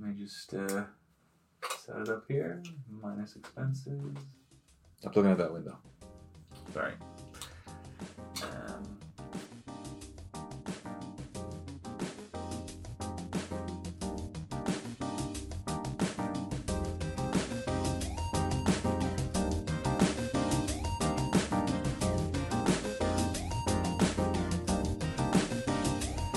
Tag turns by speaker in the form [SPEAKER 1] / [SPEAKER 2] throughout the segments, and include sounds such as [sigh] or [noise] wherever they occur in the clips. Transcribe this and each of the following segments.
[SPEAKER 1] Let me just uh, set it up here. Minus expenses.
[SPEAKER 2] Stop looking at that window.
[SPEAKER 1] Sorry. Um,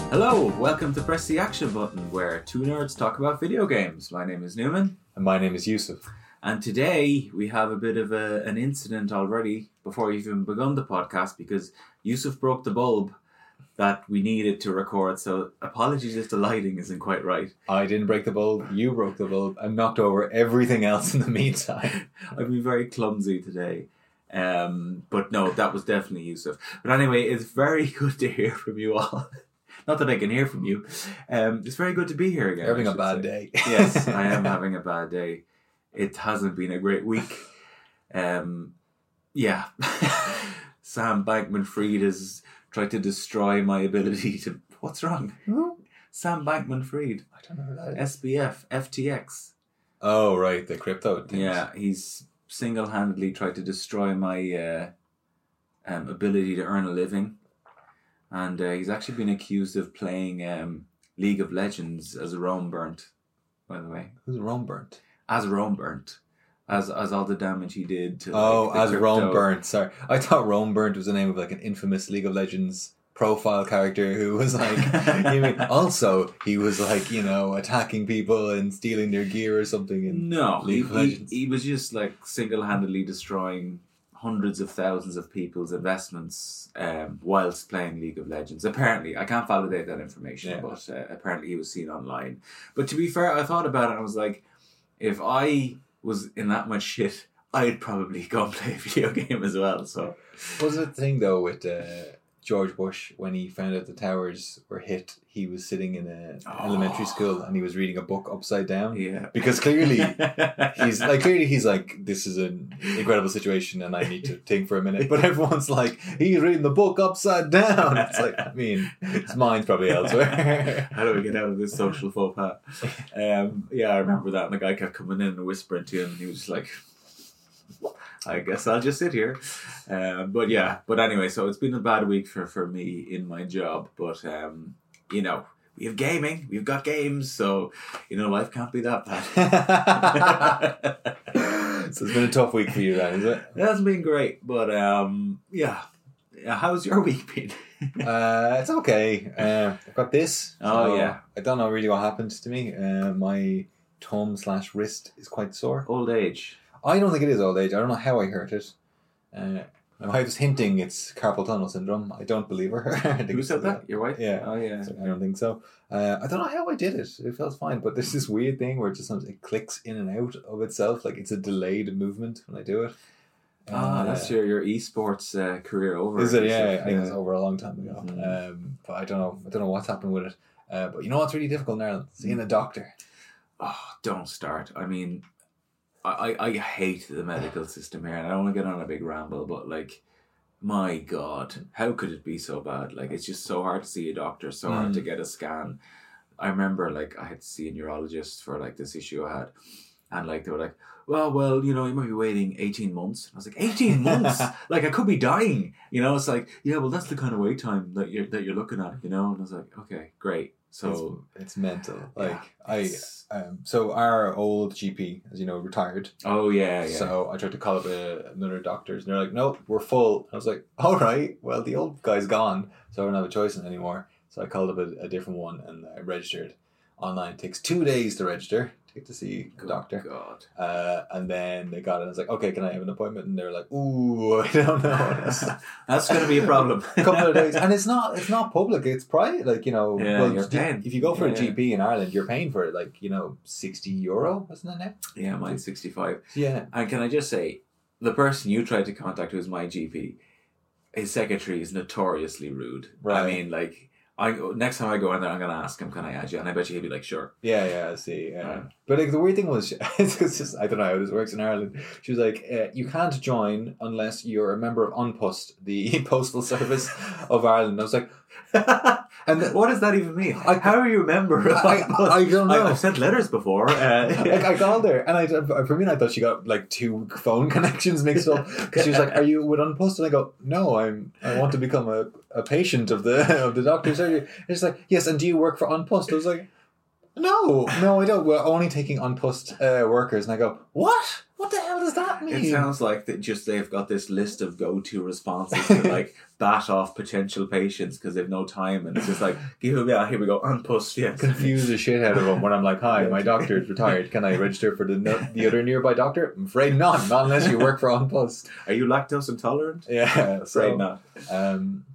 [SPEAKER 2] Hello, welcome to Press the Action Button, where two nerds talk about video games. My name is Newman,
[SPEAKER 3] And my name is Yusuf.
[SPEAKER 2] and today we have a bit of a, an incident already before we've even begun the podcast because Yusuf broke the bulb that we needed to record. So apologies if the lighting isn't quite right.
[SPEAKER 3] I didn't break the bulb, you broke the bulb, and knocked over everything else in the [laughs] meantime.
[SPEAKER 2] I've been very clumsy today. Um, but no, that was definitely Yusuf. But anyway, it's very [laughs] good to hear from you all. Not that I can hear from you. Um, it's very good to be here again.
[SPEAKER 3] Having
[SPEAKER 2] I
[SPEAKER 3] a
[SPEAKER 2] should
[SPEAKER 3] bad
[SPEAKER 2] say.
[SPEAKER 3] day. [laughs]
[SPEAKER 2] yes, I am having a bad day. It hasn't been a great week. Um, yeah. [laughs] Sam Bankman Fried has tried to destroy my ability to. What's wrong?
[SPEAKER 3] Who?
[SPEAKER 2] Sam Bankman Fried,
[SPEAKER 3] I don't know who that is.
[SPEAKER 2] SBF, FTX.
[SPEAKER 3] Oh, right, the crypto things.
[SPEAKER 2] Yeah, he's single handedly tried to destroy my uh, um, ability to earn a living. And uh, he's actually been accused of playing um, League of Legends as Rome burnt, by the way.
[SPEAKER 3] Who's Rome burnt?
[SPEAKER 2] As Rome burnt. As, as all the damage he did to. like,
[SPEAKER 3] oh,
[SPEAKER 2] the
[SPEAKER 3] as Rome
[SPEAKER 2] crypto.
[SPEAKER 3] burnt. Sorry, I thought Rome burnt was the name of like an infamous League of Legends profile character who
[SPEAKER 2] [laughs]
[SPEAKER 3] was like. he mean, also, he was like you know attacking people and stealing their gear or something. And
[SPEAKER 2] No, he,
[SPEAKER 3] League of
[SPEAKER 2] he,
[SPEAKER 3] Legends.
[SPEAKER 2] he was just like single handedly destroying hundreds of thousands of people's investments um, whilst playing League of Legends. Apparently, I can't validate that information,
[SPEAKER 3] Yeah.
[SPEAKER 2] but uh, apparently he was seen online. But to be fair, I thought about it and I was like, if I was in that much shit, I'd probably [laughs] go and play a video game as well. So
[SPEAKER 3] was it the thing though with uh, George Bush when he found out the towers were hit? He was sitting in a
[SPEAKER 2] Oh.
[SPEAKER 3] elementary school and he was reading a book upside down
[SPEAKER 2] yeah,
[SPEAKER 3] because
[SPEAKER 2] [laughs]
[SPEAKER 3] clearly. Um, He's like clearly he's like this is an incredible situation and I need to think for a minute. But everyone's like he's reading the book upside down. It's like I mean his mind's probably elsewhere.
[SPEAKER 2] [laughs]
[SPEAKER 3] [laughs]
[SPEAKER 2] How do we get out of this social faux pas? Um, yeah, I remember that. And the guy kept coming in and whispering to him, and he was just like, I guess I'll just sit here. Um, but yeah, but anyway, so it's been a bad week for, for me in my job, but um, you know, we have gaming, we've got games, so you know, life can't be that
[SPEAKER 3] so
[SPEAKER 2] bad.
[SPEAKER 3] it's been a tough week for you then, is it?
[SPEAKER 2] [laughs] it hasn't been great, but um, yeah. Yeah, How's your week been?
[SPEAKER 3] Uh, it's okay. Uh, I've got this.
[SPEAKER 2] Oh,
[SPEAKER 3] so
[SPEAKER 2] yeah.
[SPEAKER 3] I don't know really what happened to me. Uh, my thumb slash wrist is quite sore.
[SPEAKER 2] Old age.
[SPEAKER 3] I don't think it is old age. I don't know how I hurt it. Uh, my wife's hinting it's carpal tunnel syndrome. I don't believe her. [laughs] I think
[SPEAKER 2] Who
[SPEAKER 3] it's-
[SPEAKER 2] said that? Your wife?
[SPEAKER 3] Yeah.
[SPEAKER 2] Oh yeah.
[SPEAKER 3] I don't think so. Uh, I don't know how I did it. It felt fine, but there's this weird thing where it just sometimes it clicks in and out of itself. Like it's a delayed movement when I do it.
[SPEAKER 2] Ah, that's
[SPEAKER 3] Uh,
[SPEAKER 2] your your esports uh, career over.
[SPEAKER 3] Is it? Yeah, I
[SPEAKER 2] Yusuf.
[SPEAKER 3] think it's over a long time ago.
[SPEAKER 2] Mhm.
[SPEAKER 3] Um, but I don't know. I don't know what's happened with it. Uh, but you know what's really difficult in Ireland? Seeing
[SPEAKER 2] Mm.
[SPEAKER 3] a doctor.
[SPEAKER 2] Oh, don't start. I mean, I, I I hate the medical system here, and I don't want to get on a big ramble, but like, my God, how could it be so bad? Like, it's just so hard to see a doctor, so hard
[SPEAKER 3] Mm.
[SPEAKER 2] to get a scan. I remember like I had to see a neurologist for like this issue I had, and like they were like, well, well, you know, you might be waiting eighteen months. And I was like, eighteen months?
[SPEAKER 3] [laughs]
[SPEAKER 2] like I could be dying. You know, it's like, yeah, well, that's the kind of wait time that you're that you're looking at. You know, and I was like, okay, great. So
[SPEAKER 3] it's, it's mental. Like
[SPEAKER 2] yeah,
[SPEAKER 3] I.
[SPEAKER 2] it's-
[SPEAKER 3] Um, so our old GP, as you know, retired.
[SPEAKER 2] Oh yeah, yeah.
[SPEAKER 3] So I tried to call up a, another doctor's, and they're like, "No, we're full." I was like, "All right, well, the old guy's gone, so I don't have a choice anymore." So I called up a, a different one and I registered online. It takes two days to register to get to see a
[SPEAKER 2] Good
[SPEAKER 3] doctor. [laughs]
[SPEAKER 2] God.
[SPEAKER 3] Uh, and then they got it. And I was like, okay, can I have an appointment? And they were like, ooh, [laughs] I don't know. And it's a
[SPEAKER 2] That's going to be a
[SPEAKER 3] [laughs]
[SPEAKER 2] problem.
[SPEAKER 3] couple of days, and it's not it's not public. It's private. Like you know,
[SPEAKER 2] Yeah,
[SPEAKER 3] well,
[SPEAKER 2] you're
[SPEAKER 3] d-
[SPEAKER 2] paying.
[SPEAKER 3] if you go for
[SPEAKER 2] Yeah.
[SPEAKER 3] a GP in Ireland, you're paying for it. Like you know, sixty euro, wasn't it? Now?
[SPEAKER 2] [laughs] yeah, mine's sixty-five.
[SPEAKER 3] Yeah.
[SPEAKER 2] And can I just say, the person you tried to contact, who's my GP, his secretary is notoriously rude. I
[SPEAKER 3] Right.
[SPEAKER 2] mean, like, I next time I go in there, I'm going to ask him, "Can I add you?" And I bet you he'd be like, "Sure."
[SPEAKER 3] Yeah, yeah, I see. Yeah.
[SPEAKER 2] Yeah.
[SPEAKER 3] But like the weird thing was, [laughs] it's just I don't know how this works in Ireland. She was like, uh, you can't [laughs] join unless you're a member of Unpost, the postal service of Ireland. I was like, [laughs]
[SPEAKER 2] [laughs]
[SPEAKER 3] And the-
[SPEAKER 2] Um, what does that even mean?
[SPEAKER 3] I-
[SPEAKER 2] How do you remember?
[SPEAKER 3] I, I,
[SPEAKER 2] [laughs]
[SPEAKER 3] I don't know.
[SPEAKER 2] I, have sent letters before.
[SPEAKER 3] like
[SPEAKER 2] Uh,
[SPEAKER 3] I called her, and I for a minute I thought she got like two phone [laughs] connections mixed up because she was like, "Are you with unpost?" And I go, "No, I'm. I want to become a, a patient of the [laughs] of the doctor's surgery." And she's like, "Yes, and do you work for unpost?" I was like, "No, no, I don't. We're only taking unpost uh, workers." And I go, "What? What the hell does that mean?"
[SPEAKER 2] it sounds like that just they've got this list of go-to responses
[SPEAKER 3] [laughs]
[SPEAKER 2] to like bat off potential patients because they've no time, and it's just like give them yeah, here we go, unpost yes.
[SPEAKER 3] confuse the shit out of them when I'm like, "Hi, my doctor is retired. Can I register for the no- the other nearby doctor?" I'm afraid not, not unless you work for unpost. [laughs]
[SPEAKER 2] Are you lactose intolerant?
[SPEAKER 3] Yeah, so.
[SPEAKER 2] Afraid not.
[SPEAKER 3] Um,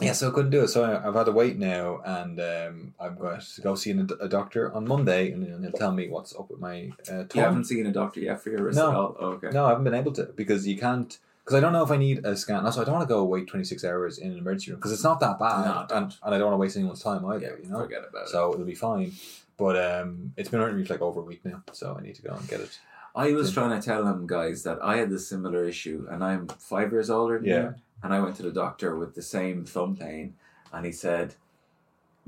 [SPEAKER 3] yeah, so I couldn't do it. So I, I've had to wait now, and um, I'm going to go see an, a doctor on Monday, and, he'll tell me what's up with my uh,
[SPEAKER 2] You
[SPEAKER 3] tongue.
[SPEAKER 2] haven't seen a doctor yet for your wrist
[SPEAKER 3] No.
[SPEAKER 2] at all. Oh, okay.
[SPEAKER 3] No, I haven't been able to because you can't. Because I don't know if I need a scan. Also, I don't want to go wait 26 hours in an emergency room because it's not that bad,
[SPEAKER 2] No, don't.
[SPEAKER 3] and, and I don't want to waste anyone's time either.
[SPEAKER 2] yeah,
[SPEAKER 3] you know,
[SPEAKER 2] forget about it.
[SPEAKER 3] so it'll be fine. But um, it's been hurting me for like over a week now, so I need to go and get it. [laughs]
[SPEAKER 2] I was
[SPEAKER 3] Yeah.
[SPEAKER 2] trying to tell him guys that I had this similar issue, and I'm five years older than
[SPEAKER 3] Yeah.
[SPEAKER 2] him, and I went to the doctor with the same thumb pain, and he said,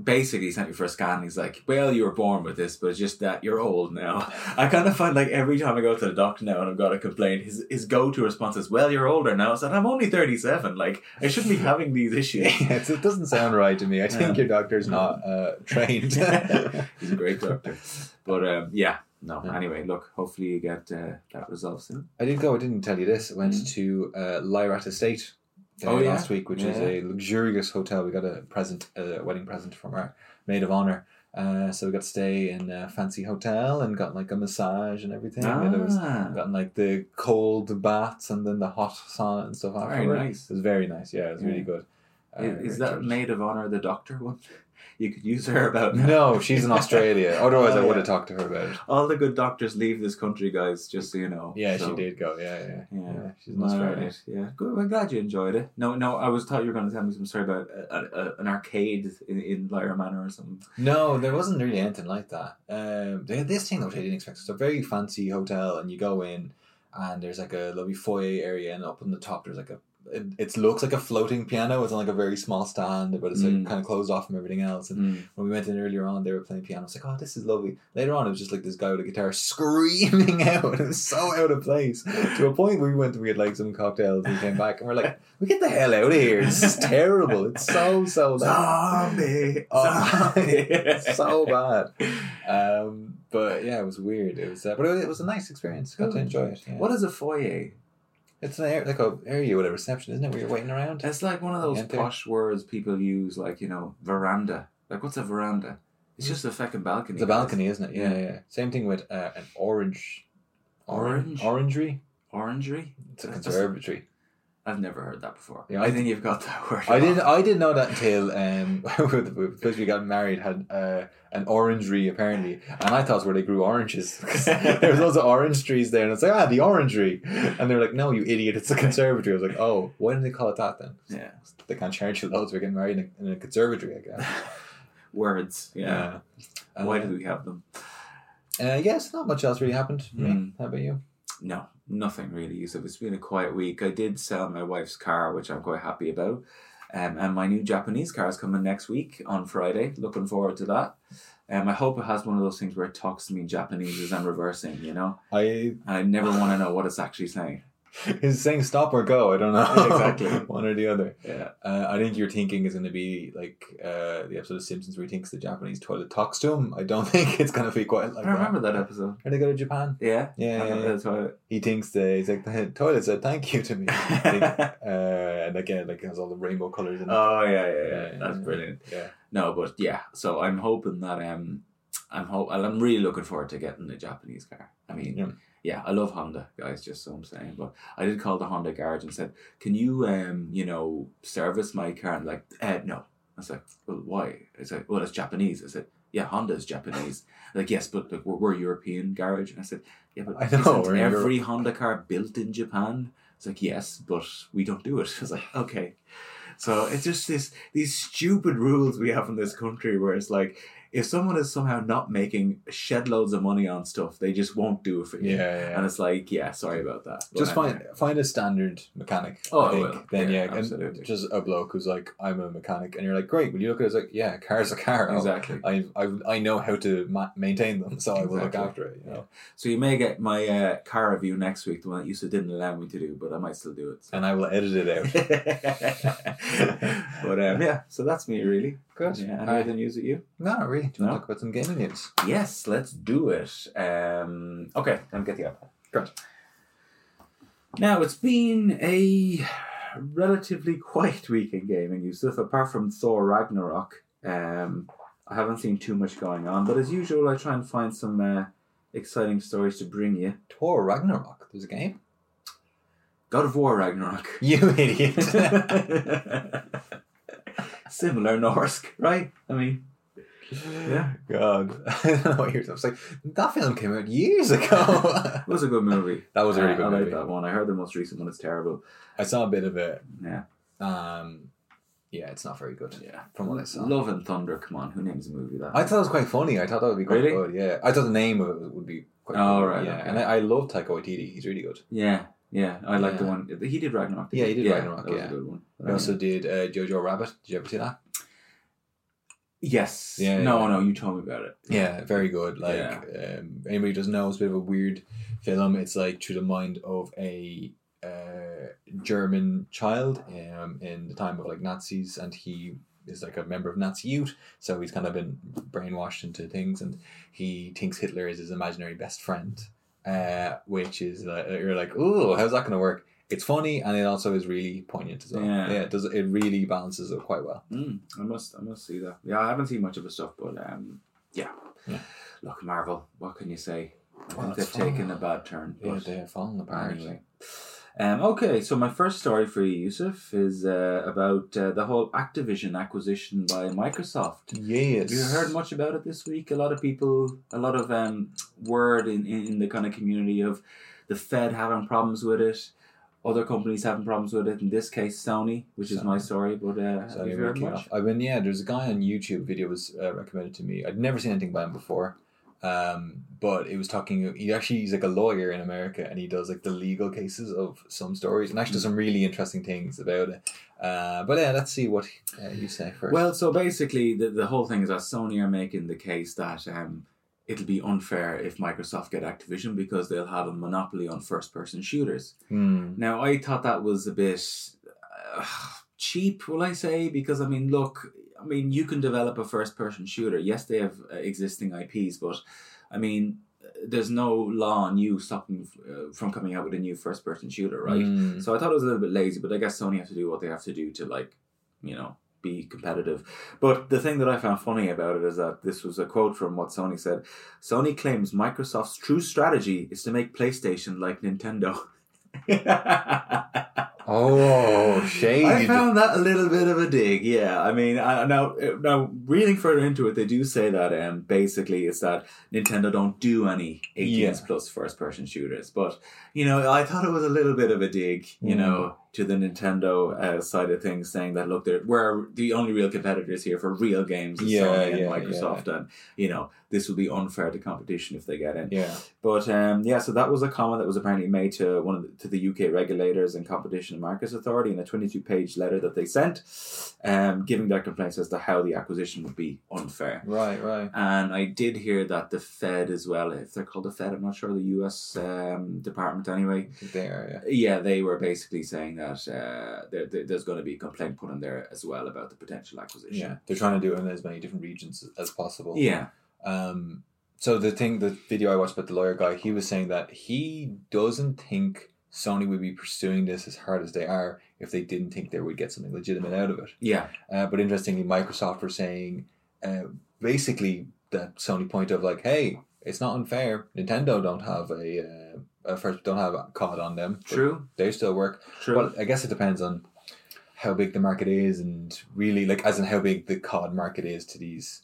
[SPEAKER 2] basically, he sent me for a scan. and He's like, "Well, you were born with this, but it's just that you're old now." [laughs] I kind of find like every time I go to the doctor now and I've got a complaint, his his go to response is, "Well, you're older now." I said, "I'm only thirty seven. Like, I shouldn't be having these
[SPEAKER 3] [laughs]
[SPEAKER 2] issues."
[SPEAKER 3] It's- it doesn't sound right to me. I think your doctor's not uh, trained.
[SPEAKER 2] [laughs]
[SPEAKER 3] [laughs]
[SPEAKER 2] He's a great doctor, but um, yeah. No.
[SPEAKER 3] Yeah.
[SPEAKER 2] Anyway, look. Hopefully, you get uh, that resolved soon.
[SPEAKER 3] I did go. I didn't tell you this. I went to uh, Lyrat Estate uh,
[SPEAKER 2] Mm. Oh, yeah?
[SPEAKER 3] last week, which is
[SPEAKER 2] Yeah.
[SPEAKER 3] a luxurious hotel. We got a present, a wedding present from our maid of honor. Uh, so we got to stay in a fancy hotel and got like a massage and everything. And it was
[SPEAKER 2] Ah.
[SPEAKER 3] gotten like the cold baths and then the hot sauna and stuff
[SPEAKER 2] Very
[SPEAKER 3] afterwards.
[SPEAKER 2] nice.
[SPEAKER 3] It was very nice. Yeah, it was really
[SPEAKER 2] Yeah.
[SPEAKER 3] good.
[SPEAKER 2] I- Is,
[SPEAKER 3] Uh,
[SPEAKER 2] that
[SPEAKER 3] church.
[SPEAKER 2] maid of honor the doctor one? [laughs] You could use her
[SPEAKER 3] [laughs]
[SPEAKER 2] about now.
[SPEAKER 3] No,
[SPEAKER 2] [laughs]
[SPEAKER 3] she's in Australia. Otherwise,
[SPEAKER 2] Oh,
[SPEAKER 3] I would
[SPEAKER 2] yeah.
[SPEAKER 3] have talked to her about it.
[SPEAKER 2] All the good doctors leave this country, guys. Just so you know.
[SPEAKER 3] Yeah,
[SPEAKER 2] So,
[SPEAKER 3] she did go. Yeah, yeah,
[SPEAKER 2] Yeah.
[SPEAKER 3] she's in Australia.
[SPEAKER 2] Alright, yeah, good. I'm glad you enjoyed it. No, no, I was thought you were going to tell me some story about a, a, an arcade in, in Lyra Manor or something.
[SPEAKER 3] No, there wasn't really anything like that. Um, they had this thing which I didn't expect. It's a very fancy hotel, and you go in, and there's like a lovely foyer area, and up on the top there's like a. It, it looks like a floating piano. It's on like a very small stand, but it's like
[SPEAKER 2] Mm.
[SPEAKER 3] kind of closed off from everything else. And when we went in earlier on, they were playing piano. It's like, oh, this is lovely. Later on, it was just like this guy with a guitar screaming [laughs] out. It was so out of place. To a point, we went and we had like some cocktails and we came back, and we're like, we get the hell out of here. This is terrible. It's so
[SPEAKER 2] [laughs]
[SPEAKER 3] so loud.
[SPEAKER 2] Zombie,
[SPEAKER 3] [laughs] Oh.
[SPEAKER 2] zombie.
[SPEAKER 3] [laughs]
[SPEAKER 2] [laughs]
[SPEAKER 3] so bad. Um, but yeah, it was weird. It was, uh, but it, it was a nice experience. Got to enjoy it. yeah.
[SPEAKER 2] What is a foyer?
[SPEAKER 3] It's an air, like a area with a reception, isn't it? Where you're waiting around.
[SPEAKER 2] It's like one of those
[SPEAKER 3] Yeah, they're-
[SPEAKER 2] posh words people use, like you know, veranda. Like, what's a veranda? It's just a fucking balcony.
[SPEAKER 3] Mm. It's a
[SPEAKER 2] guys.
[SPEAKER 3] balcony, isn't it? Yeah, yeah. Same thing with uh, an orange,
[SPEAKER 2] Orange?
[SPEAKER 3] orangery.
[SPEAKER 2] Orangery.
[SPEAKER 3] It's a
[SPEAKER 2] That's-
[SPEAKER 3] conservatory.
[SPEAKER 2] I've never heard that before.
[SPEAKER 3] Yeah,
[SPEAKER 2] I,
[SPEAKER 3] I
[SPEAKER 2] think you've got that [laughs] word.
[SPEAKER 3] I didn't. I didn't know that until um, [laughs] because we got married had uh, an orangery apparently, and I thought it was where they grew oranges. [laughs] 'Cause there was loads of orange trees there, and it's like ah the orangery, and they're like no you idiot it's a conservatory. I was like oh why didn't they call it that then?
[SPEAKER 2] Yeah.
[SPEAKER 3] [laughs] They can't charge you loads. We're getting married in a, in a conservatory, I guess.
[SPEAKER 2] Words. [laughs] Yeah.
[SPEAKER 3] Uh,
[SPEAKER 2] Why do we have them?
[SPEAKER 3] uh, yes, not much else really happened. for me.
[SPEAKER 2] Mm.
[SPEAKER 3] How about you?
[SPEAKER 2] No, nothing really. Yusuf. It's been a quiet week. I did sell my wife's car, which I'm quite happy about. Um, and my new Japanese car is coming next week on Friday. Looking forward to that. Um, I hope it has one of those things where it talks to me in Japanese as I'm reversing, you know?
[SPEAKER 3] I
[SPEAKER 2] And I never want to know what it's actually saying.
[SPEAKER 3] is saying stop or go. I don't know
[SPEAKER 2] [laughs] Exactly.
[SPEAKER 3] [laughs] one or the other.
[SPEAKER 2] Yeah.
[SPEAKER 3] Uh, I think your thinking is going to be like uh, the episode of Simpsons where he thinks the Japanese toilet talks to him. I don't [laughs] think it's going to be quite like
[SPEAKER 2] I remember
[SPEAKER 3] that.
[SPEAKER 2] that episode.
[SPEAKER 3] Or they go to Japan.
[SPEAKER 2] Yeah.
[SPEAKER 3] Yeah,
[SPEAKER 2] I
[SPEAKER 3] yeah,
[SPEAKER 2] remember
[SPEAKER 3] yeah.
[SPEAKER 2] that's
[SPEAKER 3] [laughs]
[SPEAKER 2] why.
[SPEAKER 3] he thinks the he's like the toilet said thank you
[SPEAKER 2] [laughs]
[SPEAKER 3] to me. I think, uh, and again, like it has all the rainbow colors in it.
[SPEAKER 2] Oh, yeah, yeah, yeah.
[SPEAKER 3] Yeah,
[SPEAKER 2] That's
[SPEAKER 3] yeah.
[SPEAKER 2] brilliant.
[SPEAKER 3] yeah,
[SPEAKER 2] No, but yeah. So I'm hoping that um, I'm hope I'm really looking forward to getting the Japanese car. I mean, yeah.
[SPEAKER 3] Yeah.
[SPEAKER 2] I love Honda, guys. Just so I'm saying, but I did call the Honda garage and said, "Can you um, you know, service my car?" And like, eh, no. I was like, "Well, why?" It's like, "Well, it's Japanese." I said, "Yeah, Honda is Japanese." [laughs] like, yes, but like we're, we're European garage. And I said, "Yeah, but
[SPEAKER 3] I know,
[SPEAKER 2] isn't
[SPEAKER 3] we're in
[SPEAKER 2] every Honda car built in Japan?" It's like, yes, but we don't do it. [laughs] I was like, okay. So it's just this these stupid rules we have in this country where it's like if someone is somehow not making shed loads of money on stuff, they just won't do it for you.
[SPEAKER 3] yeah, yeah.
[SPEAKER 2] And it's like, yeah, sorry about that. But
[SPEAKER 3] just
[SPEAKER 2] anyway.
[SPEAKER 3] find find a standard mechanic.
[SPEAKER 2] Oh, I
[SPEAKER 3] I think.
[SPEAKER 2] will.
[SPEAKER 3] Then
[SPEAKER 2] Yeah,
[SPEAKER 3] yeah, and
[SPEAKER 2] absolutely.
[SPEAKER 3] just a bloke who's like, I'm a mechanic, and you're like, great. Will you look at it? It's like, yeah, a car's a car. I'll-
[SPEAKER 2] Exactly.
[SPEAKER 3] I I I know how to ma- maintain them, so I will look
[SPEAKER 2] Exactly.
[SPEAKER 3] after it. You know?
[SPEAKER 2] So you may get my uh, car review next week, the one that you said didn't allow me to do, but I might still do
[SPEAKER 3] [laughs]
[SPEAKER 2] it. so. [laughs]
[SPEAKER 3] And I will edit it out.
[SPEAKER 2] but um, yeah, so that's me really.
[SPEAKER 3] Good.
[SPEAKER 2] Yeah, any
[SPEAKER 3] Uh,
[SPEAKER 2] other news at you?
[SPEAKER 3] no, not really. Do you
[SPEAKER 2] No?
[SPEAKER 3] want to talk about some gaming news?
[SPEAKER 2] Yes, let's do it. Um, okay, let me get the iPad.
[SPEAKER 3] Great.
[SPEAKER 2] Now it's been a relatively [laughs] quiet week in gaming, Yusuf, apart from Thor Ragnarok. Um, I haven't seen too much going on, but as usual, I try and find some uh, exciting stories to bring you.
[SPEAKER 3] Tor Ragnarok. There's a game. [laughs]
[SPEAKER 2] God of War Ragnarok. [laughs]
[SPEAKER 3] You idiot.
[SPEAKER 2] Similar Norsk, right? I mean, [laughs] Yeah.
[SPEAKER 3] God, [laughs] I don't know what you're. I was like, that film came out years ago.
[SPEAKER 2] [laughs]
[SPEAKER 3] [laughs]
[SPEAKER 2] it was a good movie.
[SPEAKER 3] that was a really
[SPEAKER 2] Uh,
[SPEAKER 3] good
[SPEAKER 2] I like
[SPEAKER 3] movie.
[SPEAKER 2] that one. I heard the most recent one is terrible.
[SPEAKER 3] I saw a bit of it.
[SPEAKER 2] Yeah,
[SPEAKER 3] Um, yeah, it's not very good.
[SPEAKER 2] yeah.
[SPEAKER 3] From what I saw.
[SPEAKER 2] Love and Thunder. Come on, who names a movie that?
[SPEAKER 3] I thought it was quite funny. I thought that would be quite
[SPEAKER 2] Really?
[SPEAKER 3] good. Yeah, I thought the name of it would be quite.
[SPEAKER 2] Oh,
[SPEAKER 3] good.
[SPEAKER 2] right,
[SPEAKER 3] Yeah,
[SPEAKER 2] okay.
[SPEAKER 3] and I, I love Taika Waititi. He's really good.
[SPEAKER 2] yeah, yeah. I like the
[SPEAKER 3] Yeah.
[SPEAKER 2] one he did Ragnarok. didn't
[SPEAKER 3] Yeah, he did Ragnarok,
[SPEAKER 2] That was
[SPEAKER 3] yeah.
[SPEAKER 2] a good one.
[SPEAKER 3] I also did uh, Jojo Rabbit. Did you ever see that?
[SPEAKER 2] yes.
[SPEAKER 3] Yeah,
[SPEAKER 2] no,
[SPEAKER 3] yeah.
[SPEAKER 2] no. You told me about it.
[SPEAKER 3] Yeah, very good. Like
[SPEAKER 2] Yeah.
[SPEAKER 3] um, anybody who doesn't know, it's a bit of a weird film. It's like through the mind of a uh, German child um, in the time of like Nazis, and he is like a member of Nazi youth, so he's kind of been brainwashed into things, and he thinks Hitler is his imaginary best friend, uh, which is like, you're like, oh, how's that going to work? It's funny, and it also is really poignant as well.
[SPEAKER 2] Yeah.
[SPEAKER 3] yeah, it does it really balances it quite well.
[SPEAKER 2] Mm, I must, I must see that. Yeah, I haven't seen much of his stuff, but um, yeah.
[SPEAKER 3] Yeah.
[SPEAKER 2] Look, Marvel. What can you say? I
[SPEAKER 3] Well,
[SPEAKER 2] think
[SPEAKER 3] it's
[SPEAKER 2] they've
[SPEAKER 3] fine.
[SPEAKER 2] taken a bad turn.
[SPEAKER 3] Yeah,
[SPEAKER 2] but-
[SPEAKER 3] they're falling apart.
[SPEAKER 2] Anyway. Um, okay, so my first story for you, Yusuf, is uh, about uh, the whole Activision acquisition by Microsoft. Have
[SPEAKER 3] Yes,
[SPEAKER 2] you heard much about it this week? A lot of people, a lot of um, word in, in, in the kind of community of the Fed having problems with it, other companies having problems with it, in this case, Sony, which is my story. But uh,
[SPEAKER 3] So
[SPEAKER 2] have you
[SPEAKER 3] anyway,
[SPEAKER 2] heard
[SPEAKER 3] kick
[SPEAKER 2] much?
[SPEAKER 3] off. I've been yeah. There's a guy on YouTube video was uh, recommended to me. I'd never seen anything by him before, um, but it was talking. He actually he's like a lawyer in America, and he does like the legal cases of some stories, and actually does some really interesting things about it. Uh, but yeah, let's see what uh, you say first.
[SPEAKER 2] Well, so basically, the, the whole thing is that Sony are making the case that um, it'll be unfair if Microsoft get Activision because they'll have a monopoly on first person shooters.
[SPEAKER 3] Hmm.
[SPEAKER 2] Now, I thought that was a bit uh, cheap, will I say? Because, I mean, look, I mean, you can develop a first person shooter. Yes, they have uh, existing IPs, but I mean, uh, there's no law on you stopping uh, from coming out with a new first person shooter, right?
[SPEAKER 3] Hmm.
[SPEAKER 2] So I thought it was a little bit lazy, but I guess Sony have to do what they have to do to like, you know, be competitive. But the thing that I found funny about it is that this was a quote from what Sony said. Sony claims Microsoft's true strategy is to make PlayStation like Nintendo. [laughs] [laughs]
[SPEAKER 3] Oh, shade.
[SPEAKER 2] I found that a little bit of a dig. Yeah, I mean, I, now eh, now reading further into it, they do say that um, basically it's that Nintendo don't do any 18s
[SPEAKER 3] Yeah.
[SPEAKER 2] plus first person shooters. But you know, I thought it was a little bit of a dig, you
[SPEAKER 3] Mm.
[SPEAKER 2] know, to the Nintendo uh, side of things, saying that look, they're, we're the only real competitors here for real games is
[SPEAKER 3] Yeah,
[SPEAKER 2] Sony and
[SPEAKER 3] yeah,
[SPEAKER 2] Microsoft, and you know, this would be unfair to competition if they get in.
[SPEAKER 3] yeah.
[SPEAKER 2] But um, yeah, so that was a comment that was apparently made to one of the, to the UK regulators and Competition and Markets Authority in a 22-page letter that they sent, um, giving their complaints as to how the acquisition would be unfair.
[SPEAKER 3] Right. Right.
[SPEAKER 2] And I did hear that the Fed as well, if they're called the Fed, I'm not sure the U.S. Um, department anyway.
[SPEAKER 3] There.
[SPEAKER 2] Yeah, they were basically saying that uh, there, there- there's going to be a complaint put in there as well about the potential
[SPEAKER 3] Yeah. yeah.
[SPEAKER 2] acquisition.
[SPEAKER 3] They're trying to do it in as many different regions as possible.
[SPEAKER 2] Yeah.
[SPEAKER 3] Um, so the thing, the video I watched about the lawyer guy, he was saying that he doesn't think Sony would be pursuing this as hard as they are if they didn't think they would get something legitimate out of it.
[SPEAKER 2] Yeah.
[SPEAKER 3] Uh, but interestingly, Microsoft were saying uh, basically that Sony point of like, hey, it's not unfair. Nintendo don't have a, uh, a first, don't have a COD on them. but
[SPEAKER 2] True.
[SPEAKER 3] They still work.
[SPEAKER 2] True.
[SPEAKER 3] Well, I guess it depends on how big the market is, and really, like, as in how big the COD market is to these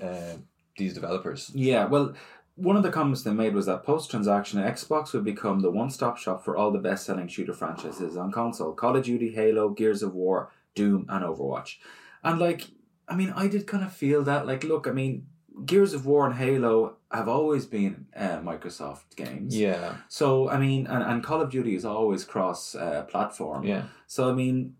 [SPEAKER 3] uh, these developers.
[SPEAKER 2] Yeah, well, one of the comments they made was that post transaction, Xbox would become the one stop shop for all the best selling shooter franchises on console Call of Duty, Halo, Gears of War, Doom, and Overwatch. And, like, I mean, I did kind of feel that. Like, look, I mean, Gears of War and Halo have always been uh, Microsoft games.
[SPEAKER 3] Yeah,
[SPEAKER 2] So I mean, and, and Call of Duty is always cross uh, platform.
[SPEAKER 3] yeah.
[SPEAKER 2] So I mean,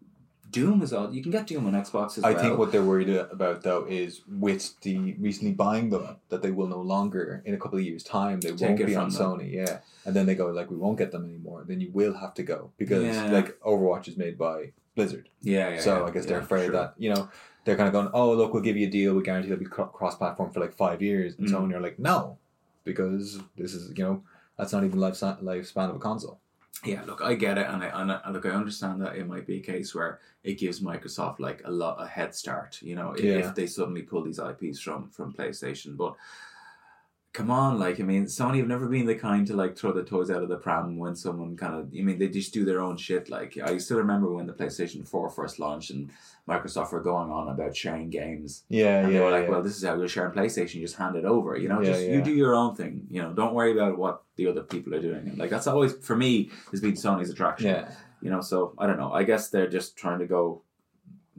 [SPEAKER 2] Doom is all you can get Doom on Xbox as
[SPEAKER 3] I
[SPEAKER 2] well.
[SPEAKER 3] think what they're worried about though is with the recently buying them that they will no longer in a couple of years' time they
[SPEAKER 2] Take
[SPEAKER 3] won't
[SPEAKER 2] it
[SPEAKER 3] be on
[SPEAKER 2] from
[SPEAKER 3] Sony, yeah. And then they go like we won't get them anymore. Then you will have to go because
[SPEAKER 2] Yeah.
[SPEAKER 3] like Overwatch is made by Blizzard,
[SPEAKER 2] yeah, yeah.
[SPEAKER 3] so
[SPEAKER 2] yeah,
[SPEAKER 3] I guess
[SPEAKER 2] yeah,
[SPEAKER 3] they're afraid
[SPEAKER 2] sure.
[SPEAKER 3] that you know they're kind of going, oh look, we'll give you a deal, we guarantee it'll be cro- cross-platform for like five years, and
[SPEAKER 2] Mm.
[SPEAKER 3] Sony are like no, because this is you know that's not even life lifespan of a console.
[SPEAKER 2] Yeah, look, I get it, and I, and I and look, I understand that it might be a case where it gives Microsoft like a lot a head start, you know, if,
[SPEAKER 3] Yeah.
[SPEAKER 2] if they suddenly pull these IPs from from PlayStation. But come on, like I mean, Sony have never been the kind to like throw the toys out of the pram when someone kind of, I mean, they just do their own shit. Like I still remember when the PlayStation Four first launched and Microsoft were going on about sharing games.
[SPEAKER 3] Yeah,
[SPEAKER 2] And
[SPEAKER 3] yeah,
[SPEAKER 2] they were like,
[SPEAKER 3] yeah.
[SPEAKER 2] well, this is how we're sharing PlayStation. Just hand it over, you know.
[SPEAKER 3] Yeah,
[SPEAKER 2] just
[SPEAKER 3] yeah.
[SPEAKER 2] you do your own thing, you know. Don't worry about what the other people are doing. And like that's always for me has been Sony's attraction.
[SPEAKER 3] yeah.
[SPEAKER 2] You know, so I don't know. I guess they're just trying to go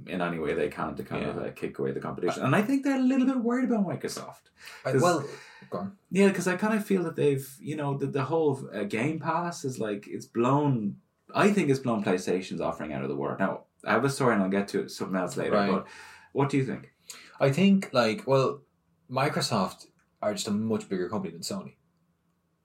[SPEAKER 2] in any way they can to kind of
[SPEAKER 3] Yeah.
[SPEAKER 2] uh, kick away the competition. And I think they're a little bit worried about Microsoft.
[SPEAKER 3] I-
[SPEAKER 2] 'Cause-
[SPEAKER 3] well, go on.
[SPEAKER 2] Yeah, because I kind of feel that they've, you know, the, the whole uh, Game Pass is like, it's blown, I think it's blown PlayStation's offering out of the water. Now, I have a story and I'll get to something else later,
[SPEAKER 3] Right.
[SPEAKER 2] but what do you think?
[SPEAKER 3] I think like well, Microsoft are just a much bigger company than Sony.